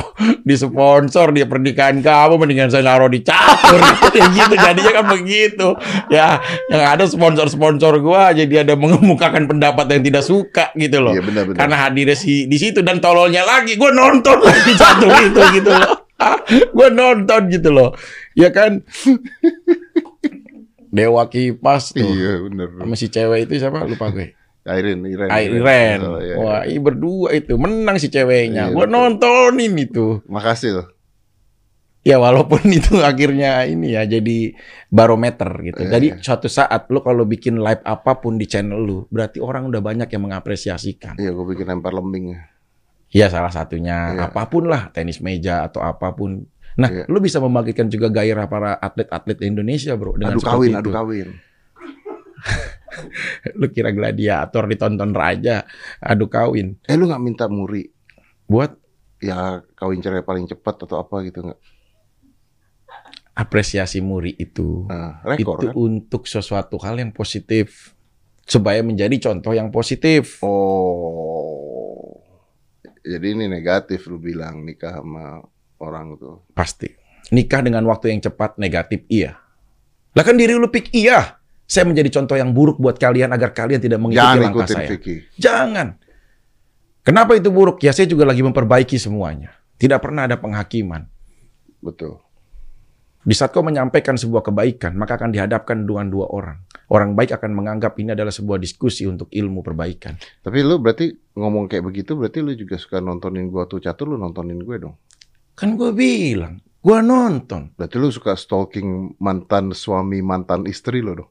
di sponsor di pernikahan kamu mendingan saya naruh di catur Kayak gitu jadinya kan begitu. Ya, yang ada sponsor-sponsor gua jadi ada mengemukakan pendapat yang tidak suka gitu loh.
Iya, benar, benar.
Karena hadirnya si di situ dan tololnya lagi gua nonton lagi catur itu gitu loh. gue nonton gitu loh. Ya kan? Dewa kipas tuh.
Iya bener.
Sama si cewek itu siapa? Lupa gue.
Airin, Iren.
Airen.
Oh, iya.
Ah, Wah, iya berdua itu menang si ceweknya.
Iya,
Gua
betul.
nontonin itu.
Makasih loh.
Ya walaupun itu akhirnya ini ya jadi barometer gitu.
Iya,
jadi
iya.
suatu saat lu kalau bikin live apapun di channel lu, berarti orang udah banyak yang mengapresiasikan.
Iya, gue bikin lempar lembing.
Ya salah satunya
Iya.
apapun lah, tenis meja atau apapun. Nah,
Iya.
lu bisa membangkitkan juga gairah para atlet-atlet di Indonesia, Bro,
Adu
dengan gitu. seperti
kawin,
itu.
adu kawin.
Lu kira gladiator ditonton raja adu kawin.
Eh lu nggak minta muri?
Buat
Ya kawin cerai paling cepat atau apa gitu nggak?
apresiasi muri itu.
Nah, rekor
itu
kan?
untuk sesuatu hal yang positif supaya menjadi contoh yang positif.
Oh. Jadi ini negatif lu bilang nikah sama orang tuh.
Pasti. Nikah dengan waktu yang cepat negatif iya. Lah kan diri lu pik iya. Saya menjadi contoh yang buruk buat kalian agar kalian tidak mengikuti
Jangan
langkah
ikutin
saya.
Vicky.
Jangan. Kenapa itu buruk? Ya saya juga lagi memperbaiki semuanya. Tidak pernah ada penghakiman.
Betul.
Di saat kau menyampaikan sebuah kebaikan, maka akan dihadapkan dengan dua orang. Orang baik akan menganggap ini adalah sebuah diskusi untuk ilmu perbaikan.
Tapi lu berarti ngomong kayak begitu berarti lu juga suka nontonin gua tuh catur lu nontonin gue dong.
Kan gue bilang, gue nonton.
Berarti lu suka stalking mantan suami mantan istri lo dong.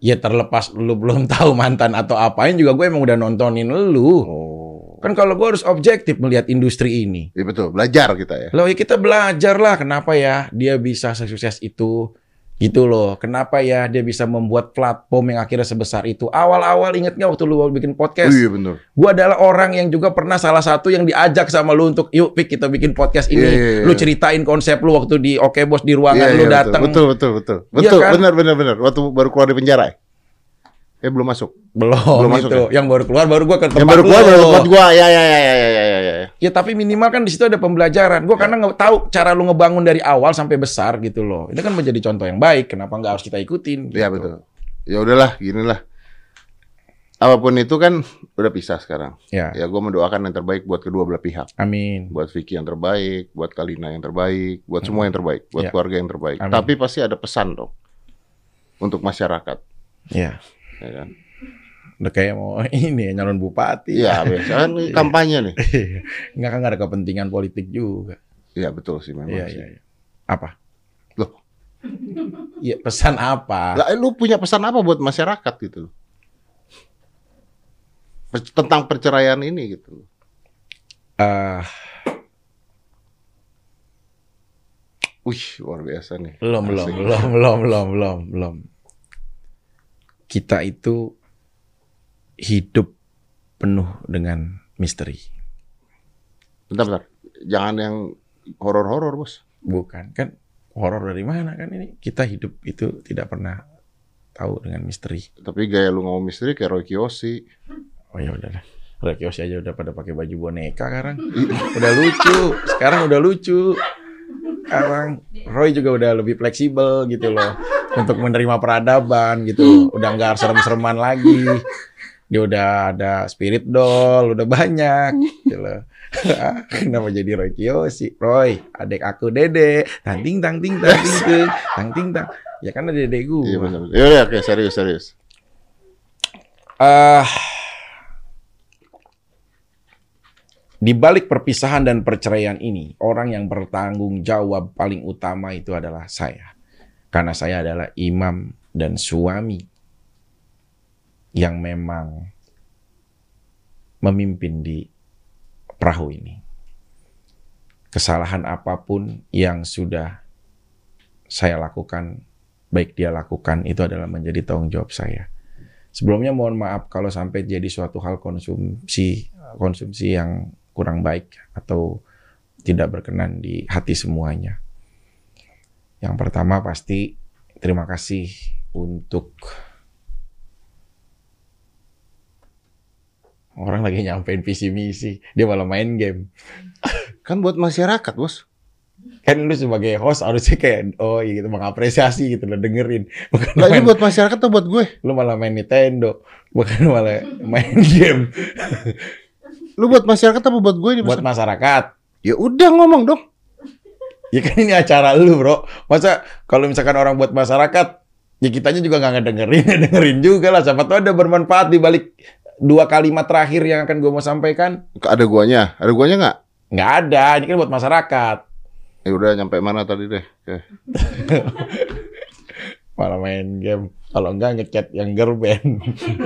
Ya terlepas lu belum tahu mantan atau apain juga gue emang udah nontonin lu.
Oh.
Kan kalau gue harus objektif melihat industri ini.
Iya betul, belajar kita ya.
Loh ya kita belajar lah kenapa ya dia bisa sesukses itu. Gitu loh. Kenapa ya dia bisa membuat platform yang akhirnya sebesar itu. Awal-awal inget nggak waktu lu bikin podcast?
Iya bener.
Gue adalah orang yang juga pernah salah satu yang diajak sama lu untuk yuk Pik kita bikin podcast ini.
Iya, iya, iya.
Lu ceritain konsep lu waktu di Oke Bos di ruangan
Iya,
lu
iya, betul.
datang.
Betul betul betul.
Iya
Betul,
kan?
benar benar benar. Waktu baru keluar dari penjara. ya? Eh belum masuk.
Belum,
Belum masuk ya?
itu. Yang baru keluar baru gue ke tempat
Yang baru keluar
lu.
baru tempat gua. Ya ya ya ya ya ya ya.
Ya tapi minimal kan di situ ada pembelajaran. Gue karena nggak tahu cara lu ngebangun dari awal sampai besar gitu loh. Ini kan menjadi contoh yang baik. Kenapa nggak harus kita ikutin?
Iya
gitu.
betul. Ya udahlah, ginilah. Apapun itu kan udah pisah sekarang.
Ya.
Ya gua mendoakan yang terbaik buat kedua belah pihak.
Amin.
Buat Vicky yang terbaik, buat Kalina yang terbaik, buat semua yang terbaik, buat
Hmm. Iya.
keluarga yang terbaik.
Amin.
Tapi pasti ada pesan dong untuk masyarakat,
Ya.
ya kan?
Udah kayak mau ini ya, nyalon bupati.
Iya, biasa kan kampanye nih.
nggak kan nggak ada kepentingan politik juga.
Iya betul sih memang.
Iya
sih.
iya. iya. Apa?
Loh.
Iya pesan apa?
Lah, eh, lu punya pesan apa buat masyarakat gitu? Per- Tentang perceraian ini gitu.
Eh,
Wih, luar biasa nih.
belum belum
Asik.
belum belum belum belum belum. Kita itu hidup penuh dengan misteri.
Bentar, bentar. Jangan yang horor-horor, Bos.
Bukan kan horor dari mana kan ini? Kita hidup itu tidak pernah tahu dengan misteri.
Tapi gaya lu ngomong misteri kayak Roy Kiyoshi.
Oh ya udahlah. Rekios aja udah pada pakai baju boneka sekarang. Udah lucu. Sekarang udah lucu. Sekarang Roy juga udah lebih fleksibel gitu loh. Untuk menerima peradaban gitu. Udah nggak serem-sereman lagi. Dia udah ada spirit doll, udah banyak gitu loh. Kenapa jadi Roy Kiyoshi? Roy, adik aku Dede. Tang ting tang ting tang ting ting. Tang ting tang. Ya kan ada dedek gue.
Iya, benar. Iya, iya, oke, serius, serius.
Ah. di balik perpisahan dan perceraian ini, orang yang bertanggung jawab paling utama itu adalah saya. Karena saya adalah imam dan suami yang memang memimpin di perahu ini. Kesalahan apapun yang sudah saya lakukan, baik dia lakukan, itu adalah menjadi tanggung jawab saya. Sebelumnya mohon maaf kalau sampai jadi suatu hal konsumsi konsumsi yang kurang baik atau tidak berkenan di hati semuanya. Yang pertama pasti terima kasih untuk Orang lagi nyampein visi misi, dia malah main game.
Kan buat masyarakat, Bos.
Kan lu sebagai host harusnya kayak oh iya gitu mengapresiasi gitu lo dengerin. Bukan
Lah ini
main-
buat masyarakat atau buat gue?
lu malah main Nintendo, bukan malah main game
Lu buat masyarakat apa buat gue ini?
buat
Mas?
masyarakat.
Ya udah ngomong dong.
Ya kan ini acara lu, Bro. Masa kalau misalkan orang buat masyarakat, ya kitanya juga nggak ngedengerin, ya dengerin juga lah. Siapa tahu ada bermanfaat di balik dua kalimat terakhir yang akan gue mau sampaikan.
Ada guanya, ada guanya nggak?
Nggak ada, ini kan buat masyarakat.
Ya udah nyampe mana tadi deh. Ya. Oke.
Malah main game. Kalau enggak ngechat yang gerben.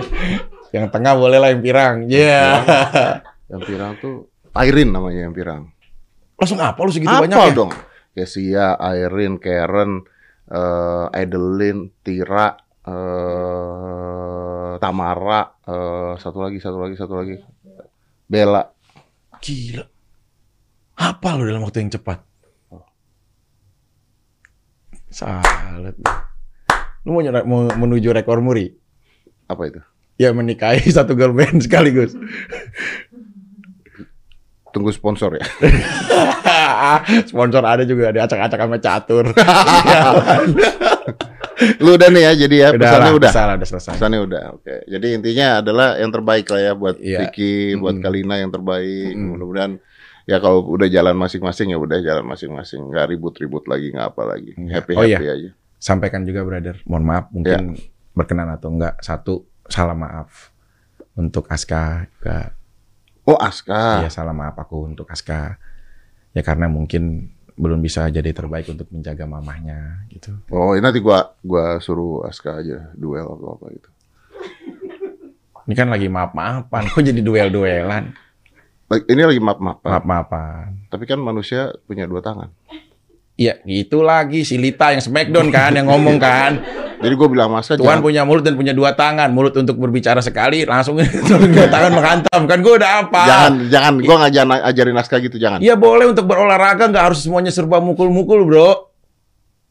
yang tengah boleh lah yang pirang. Ya.
Iya. Yang pirang tuh Airin namanya yang pirang.
Langsung apa lu segitu
apa
banyak ya?
dong? Kesia, Airin, Karen, eh Adeline, Tira, eh Tamara, eh satu lagi, satu lagi, satu lagi. Bella.
Gila. Apa lu dalam waktu yang cepat? Salah. Lu mau, nyera- mau menuju rekor muri?
Apa itu?
Ya menikahi satu girl band sekaligus.
Tunggu sponsor ya.
Sponsor ada juga, ada acak-acak sama catur.
Lu udah nih ya, jadi ya pesannya
lah,
udah.
Salah, udah selesai.
Pesannya ya udah. Oke. Jadi intinya adalah yang terbaik lah ya buat
Iya.
Vicky, buat
Mm-mm.
Kalina yang terbaik.
Mm-mm.
Mudah-mudahan ya kalau udah jalan masing-masing ya udah jalan masing-masing, nggak ribut-ribut lagi, nggak apa lagi.
Iya.
Happy-happy
Oh, iya.
aja.
Sampaikan juga, brother. Mohon maaf,
Ya.
mungkin berkenan atau enggak. Satu, salah maaf. Untuk Aska juga.
Oh, Aska.
Ya salah maaf aku untuk Aska. Ya karena mungkin belum bisa jadi terbaik untuk menjaga mamahnya gitu.
Oh, ini nanti gua gua suruh Aska aja duel atau apa gitu.
Ini kan lagi maaf-maafan, kok jadi duel-duelan?
Lagi- Ini lagi map-mapan,
Maaf-maafan.
tapi kan manusia punya dua tangan.
Iya, gitu lagi si Lita yang smackdown kan yang ngomong kan.
Jadi gua bilang masa
Tuhan
jangan,
punya mulut dan punya dua tangan. Mulut untuk berbicara sekali, langsung dua tangan menghantam. Kan gue udah apa?
jangan jangan gua nggak jangan ajarin Aska gitu jangan.
Iya boleh untuk berolahraga nggak harus semuanya serba mukul-mukul bro.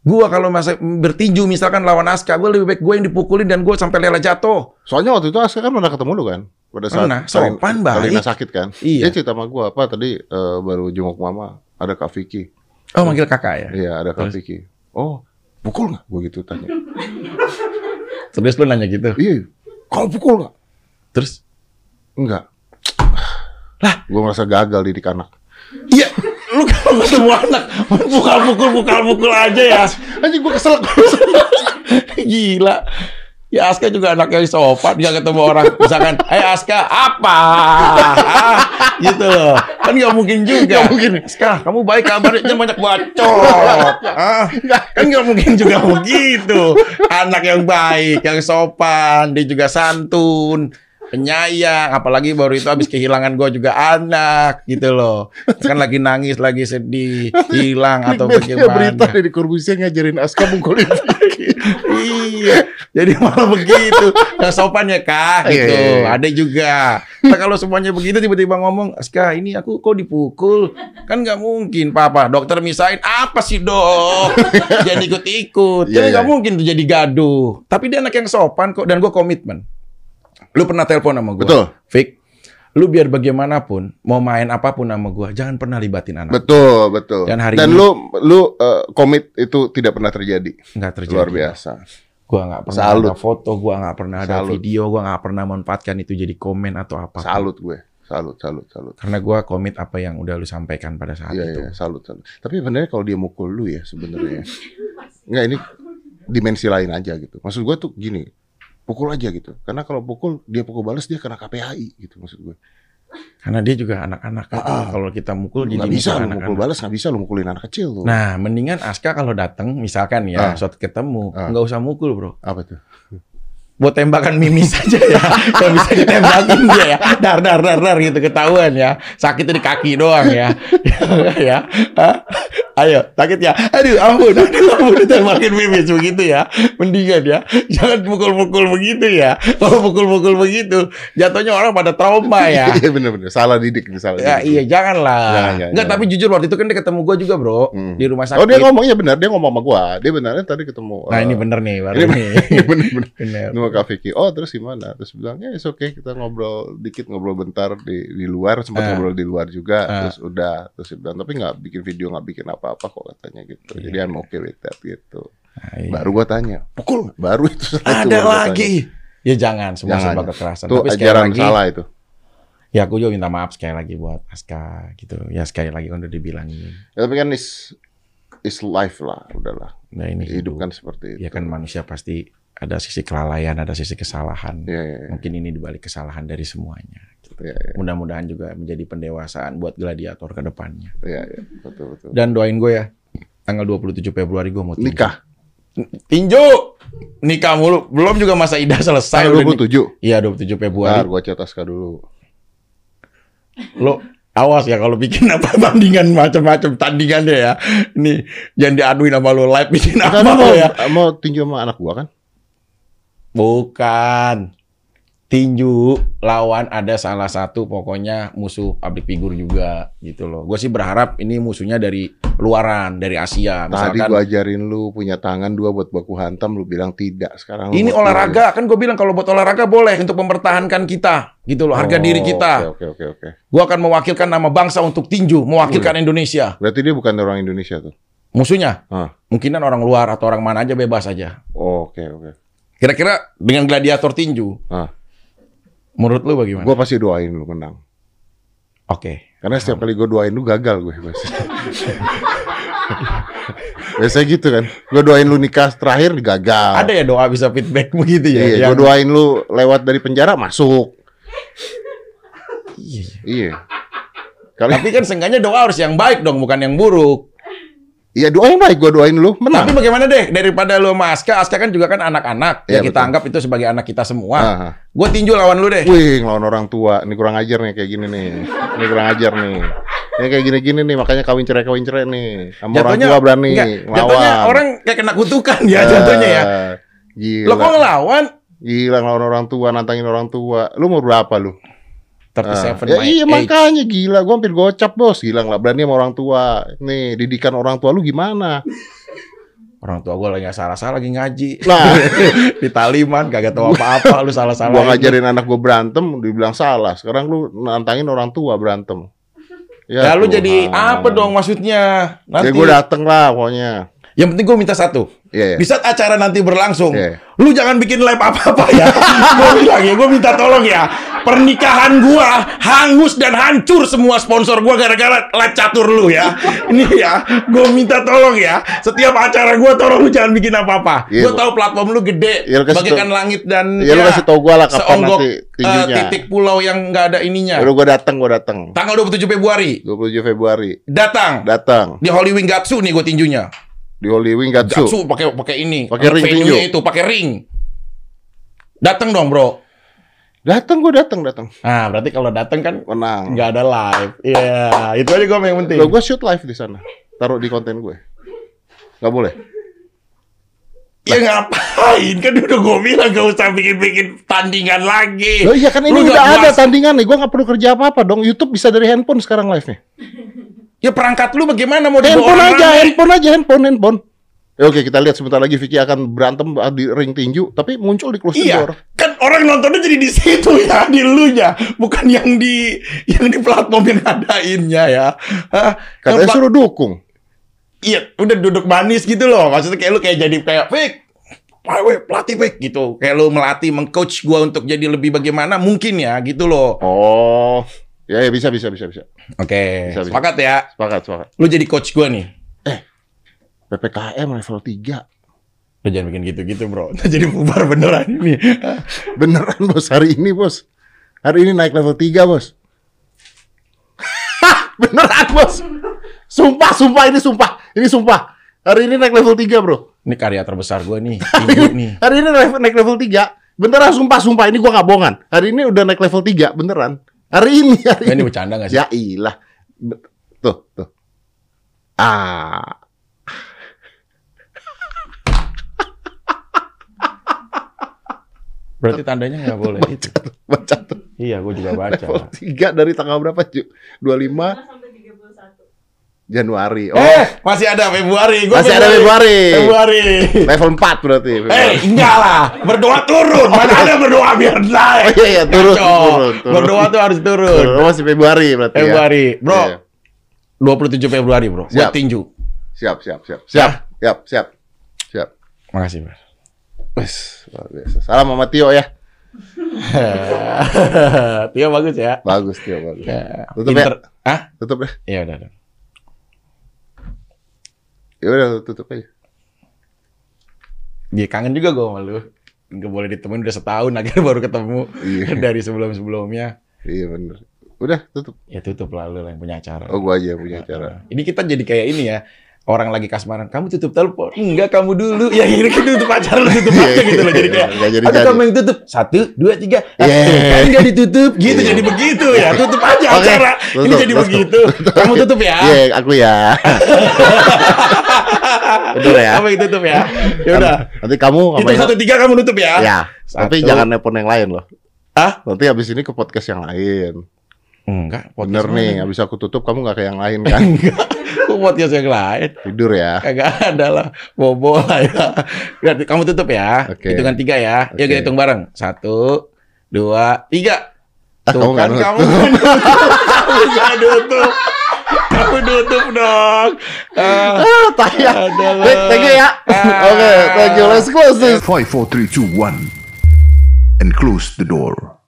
Gua kalau masa bertinju misalkan lawan Aska, gue lebih baik gue yang dipukulin dan gue sampai rela jatuh.
Soalnya waktu itu Aska kan pernah ketemu lu kan? Pada saat
Pernah,
Karin-
sopan, baik.
Karina sakit kan?
Iya.
Dia cerita sama gua apa tadi eh, baru jenguk mama ada Kak Vicky.
Oh manggil kakak ya.
Iya, ada Kak
Terus?
Vicky. Oh, pukul nggak? Gua gitu tanya.
Terus lu nanya gitu.
iya, kau pukul nggak?
Terus
Enggak. Lah, gua merasa gagal didik anak.
Iya, lu kalau ketemu anak pukul-pukul pukul-pukul aja ya.
Anjing gua kesel.
Gila. Ya Aska juga anak yang sopan, dia ketemu orang misalkan, "Eh Aska, apa?" Ah, gitu loh. Kan nggak mungkin juga. Gak mungkin. Aska, kamu baik kabarnya banyak bacot. Ah, kan nggak mungkin juga begitu. Anak yang baik, yang sopan, dia juga santun, penyayang, apalagi baru itu habis kehilangan gue juga anak gitu loh. Kan lagi nangis, lagi sedih, hilang atau
Media berita
bagaimana.
dari Corbusier ngajarin Aska mukulin
iya jadi malah begitu yang sopan ya kak gitu
Iya, iya, iya.
ada juga nah, kalau semuanya begitu tiba-tiba ngomong Aska ini aku kok dipukul kan nggak mungkin papa dokter misain apa sih dok jangan ikut-ikut
Iya,
jadi nggak
iya.
mungkin tuh jadi gaduh tapi dia anak yang sopan kok dan gue komitmen lu pernah telepon sama gue
Betul.
Fik lu biar bagaimanapun mau main apapun sama gue jangan pernah libatin anak
Betul, betul.
Dan hari ini-
lu lu eh, komit itu tidak pernah terjadi.
nggak terjadi
Luar biasa.
Gua nggak pernah
Salut.
ada foto, gua nggak pernah ada
Salut.
video, gua nggak pernah manfaatkan itu jadi komen atau apa.
Salut gue. Salut, salut, salut.
Karena gua komit apa yang udah lu sampaikan pada saat
Iya,
itu.
iya, salut, salut. Tapi benernya kalau dia mukul lu ya sebenarnya. Enggak ini dimensi lain aja gitu. Maksud gue tuh gini, pukul aja gitu. Karena kalau pukul dia pukul balas dia kena KPAI gitu maksud gue.
Karena dia juga anak-anak. kan.
Ah, ah.
Kalau kita mukul jadi
Nggak bisa
mukul
lu mukul balas, nggak bisa lu mukulin anak kecil lu.
Nah, mendingan Aska kalau datang, misalkan
Ah.
ya, suatu ketemu,
Ah.
nggak usah mukul bro.
Apa tuh?
Buat tembakan mimis aja ya, yang bisa ditembakin dia ya. Dar, dar, dar, dar gitu ketahuan ya. Sakitnya di kaki doang ya. ya. Hah? Ayo, sakit ya. Aduh, ampun, aduh, ampun, ditembakin mimis begitu ya. Mendingan ya. Jangan pukul-pukul begitu ya. Kalau pukul-pukul begitu, jatuhnya orang pada trauma ya.
Iya bener-bener, salah didik ini salah
Ya,
didik.
iya, janganlah.
Jangan, jangan,
Enggak,
jangan.
tapi jujur waktu itu kan dia ketemu gue juga, Bro,
Hmm.
di rumah sakit.
Oh dia ngomong iya benar dia ngomong sama gua. Dia benarnya tadi ketemu.
Nah,
eh,
ini bener nih, baru
Ini
nih.
bener-bener.
Bener.
Nunggu Kak Vicky. Oh, terus gimana? Terus bilang, ya oke okay, kita ngobrol dikit, ngobrol bentar di, di luar, sempat
Ah.
ngobrol di luar juga.
Ah.
Terus udah, terus dia bilang, tapi nggak bikin video, nggak bikin apa-apa kok katanya gitu. Jadi I'm okay with that gitu.
Iya.
Baru gua tanya, pukul nggak? Baru itu salah itu
Ada
baru gua
lagi. Ya jangan semua
Jangan.
serba kekerasan.
tanya. Itu
Tapi sekali
ajaran
lagi,
salah itu.
ya aku juga minta maaf sekali lagi buat Aska gitu. Ya sekali lagi kan udah dibilangin.
Ya, tapi kan is is life lah, udahlah.
Nah ini
Hidup kan
hidup.
seperti itu.
Ya kan manusia pasti ada sisi kelalaian, ada sisi kesalahan.
Iya, iya, iya.
Mungkin ini dibalik kesalahan dari semuanya.
Iya, iya,
Mudah-mudahan juga menjadi pendewasaan buat gladiator ke depannya.
iya, iya. betul betul.
Dan doain gue ya, tanggal 27 Februari gue mau tinju.
Nikah
Tinju! Nikah mulu. Belum juga masa idah selesai.
tanggal
udah nih-
27.
Iya 27
Bentar,
Februari.
gua catat SK dulu.
Lo awas ya kalau bikin apa tandingan macam-macam tandingannya ya. Nih jangan diaduin sama lo live bikin apa
Kan mau,
lo ya.
mau tinju sama anak gua kan?
Bukan. Tinju lawan ada salah satu pokoknya musuh public figure juga gitu loh. Gue sih berharap ini musuhnya dari luaran, dari Asia.
Tadi
Misalkan
gua ajarin lu punya tangan dua buat baku hantam, lu bilang tidak. Sekarang lu
ini
mau
olahraga kan gue bilang kalau buat olahraga boleh untuk mempertahankan kita gitu
tinju.
loh harga diri
Oh,
kita.
Oke oke oke. oke.
Gue akan mewakilkan nama bangsa untuk tinju, mewakilkan Indonesia.
Berarti dia bukan orang Indonesia tuh.
Musuhnya
Hah.
mungkinan orang luar atau orang mana aja bebas aja.
Oh, Oke oke.
Kira-kira dengan gladiator tinju,
Ah,
menurut lu bagaimana?
gua pasti doain lu menang.
Oke.
Karena setiap kali gue doain lu gagal gue biasanya. biasanya gitu kan. Gue doain lu nikah terakhir gagal.
Ada ya doa bisa feedback begitu ya?
Ah. Iya,
yang-
gue doain lu lewat dari penjara masuk.
Iya, iya.
Iya. Kali
Tapi kan seenggaknya doa harus yang baik dong, bukan yang buruk.
Iya doain baik gue doain lu
Tapi
menang.
bagaimana deh daripada lu sama Aska, Aska kan juga kan anak-anak. ya
Iya,
kita
betul.
anggap itu sebagai anak kita semua.
Ah, ah.
Gue tinju lawan lu deh.
Eh. Wih, ngelawan orang tua. Ini kurang ajar nih kayak gini nih. Ini kurang ajar nih. Ini kayak gini-gini nih, makanya kawin cerai kawin cerai nih. Sama orang tua berani
enggak,
ngelawan.
jatuhnya orang kayak kena kutukan ya
Eh,
jatuhnya ya.
Gila.
Lo kok ngelawan?
Gila ngelawan orang tua, nantangin orang tua. Lu mau berapa lu?
Tapi
Ah,
Nah, seven
ya
my
iya
age.
makanya gila, gua hampir gocap bos. Gila nggak berani sama orang tua. Nih didikan orang tua lu gimana?
Orang tua gue lagi nggak salah-salah lagi ngaji.
Nah,
Di taliman kagak tahu apa-apa lu salah-salah.
gua ngajarin anak gua berantem, dibilang salah. Sekarang lu nantangin orang tua berantem.
Ya, lu
Tuhan.
jadi apa dong maksudnya?
Ya
Nanti.
gua dateng lah pokoknya.
Yang penting gue minta satu.
Iya. iya.
Di saat acara nanti berlangsung,
Iya.
lu jangan bikin live apa-apa ya. gue bilang ya, gue minta tolong ya. Pernikahan gua hangus dan hancur semua sponsor gua gara-gara live catur lu ya. Ini ya, gue minta tolong ya. Setiap acara gua tolong lu jangan bikin apa-apa.
Iya,
Gua
Bu.
tahu platform lu gede,
Iya, lu kasih
bagaikan
tau-
langit dan ya,
Iya, lu kasih tau gua lah kapan
seonggok,
nanti tinjunya.
eh, titik pulau yang nggak ada ininya.
Baru gua dateng, gua dateng.
Tanggal 27 Februari
27 Februari
datang
datang
di Holy Wing Gatsu nih gue tinjunya.
di Holy Wing Gatsu.
Gatsu pakai pakai ini.
Pakai ring tinju.
Venue-nya itu pakai ring. Datang dong, Bro.
Dateng gua dateng dateng.
Nah, berarti kalau datang kan
Menang.
nggak ada live. Iya, itu aja gue yang penting.
Lo gue shoot live di sana. Taruh di konten gue. Gak boleh.
Ya ngapain? Kan udah gue bilang gak usah bikin-bikin tandingan lagi.
Loh iya kan ini
Eh,
udah
Lu nggak
ada
jelas.
tandingan nih. Gue nggak perlu kerja apa-apa dong. YouTube bisa dari handphone sekarang live-nya.
Ya perangkat lu bagaimana mau dibawa
Handphone
orang
aja,
ramai?
handphone aja, handphone, handphone. Ya, oke kita lihat sebentar lagi Vicky akan berantem ah, di ring tinju, tapi muncul di close the
Iya,
door.
kan orang nontonnya jadi di situ ya, di elunya, bukan yang di yang di platform yang ngadainnya ya. Hah?
Katanya
Yang pla-
suruh dukung.
iya udah duduk manis gitu loh maksudnya kayak lu kayak jadi kayak Fik Pak, weh, pelatih Fik gitu kayak lu melatih mengcoach gua untuk jadi lebih bagaimana mungkin ya gitu loh
Oh, ya, ya bisa bisa bisa bisa.
oke
Bisa, bisa.
sepakat ya
Sepakat sepakat.
lu jadi coach gua nih
Eh, PPKM level 3
lu jangan bikin gitu-gitu bro Ntar jadi bubar beneran ini
Beneran bos hari ini bos. Hari ini naik level 3 bos. Hah, Beneran bos. Sumpah sumpah ini sumpah. Ini sumpah. Hari ini naik level 3 bro.
ini karya terbesar gua nih tinju nih
Hari ini naik, naik level 3 Beneran sumpah sumpah ini gua nggak bohongan. Hari ini udah naik level 3 beneran. Hari ini hari
ini
ini.
bercanda gak sih
Ya ilah. Be- Tuh, tuh. Ah.
berarti tandanya nggak boleh itu
Baca tuh.
iya gua juga baca
Iya. Level 3 dari tanggal berapa, Ju? 25
sampai 31.
Januari. Oh,
Eh, masih ada Februari. Gua
masih ada Februari.
Februari.
Level 4 berarti.
Eh, enggak lah. Berdoa turun. Mana ada berdoa biar naik.
Oh iya iya turun,
Kacau.
turun, turun.
Berdoa tuh harus turun.
Turun, masih Februari berarti ya.
Februari. Bro,
Iya.
27 Februari, Bro. Buat
Siap.
tinju. Ya.
Siap, siap, siap. Siap, siap, siap. Siap.
Makasih, Bro.
Wes, luar biasa. Salam sama Tio ya.
Tio bagus ya.
Bagus Tio, bagus.
Ya,
Tutup
pinter.
ya.
Hah?
Tutup ya.
Iya, udah, udah.
Ya udah tutup aja.
Dia kangen juga gue sama lu. Gak boleh ditemuin udah setahun akhirnya baru ketemu
Iya.
dari sebelum-sebelumnya.
Iya bener. Udah tutup.
Ya tutup lah lu yang punya acara.
Oh gua aja yang punya acara.
Ini kita jadi kayak ini ya. Orang lagi kasmaran, kamu tutup telepon. Enggak, kamu dulu. Ya ini kita tutup acara lu tutup aja gitu loh. Jadi kayak,
Iya, Nggak jadi-jadi.
aduh kamu yang tutup. Satu, dua, tiga. Ah,
Yeah.
tuh Kan nggak ditutup. Gitu jadi begitu ya. Tutup aja
Iya. Oke,
acara. ini
tutup,
jadi
tutup.
begitu. Kamu tutup ya.
Iya, aku ya. Bener ya.
Kamu yang tutup ya. Yaudah.
Nanti kamu
Itu
ngapain?
satu tiga kamu nutup ya.
Ya, tapi
Satu.
jangan nelpon yang lain loh.
Ah?
Nanti habis ini ke podcast yang lain.
Enggak.
Bener
podcast
nih,
mana?
habis aku tutup kamu nggak kayak yang lain kan?
Kok podcast yang lain?
Tidur ya.
Kagak ada lah. Bobo lah ya. Berarti kamu tutup ya.
Oke.
Hitungan tiga ya. Yuk
Oke.
kita hitung bareng. Satu, dua, tiga.
Ah,
Tuh
kamu
kan
nggak
kamu kan nutup. Kamu nggak nutup. Kamu nutup dong. Ah,
Ah, tayang.
Adalah.
Wait, thank you ya.
Ah.
Oke, thank you. Let's close this.
Five, four, three, two, one, and close the door.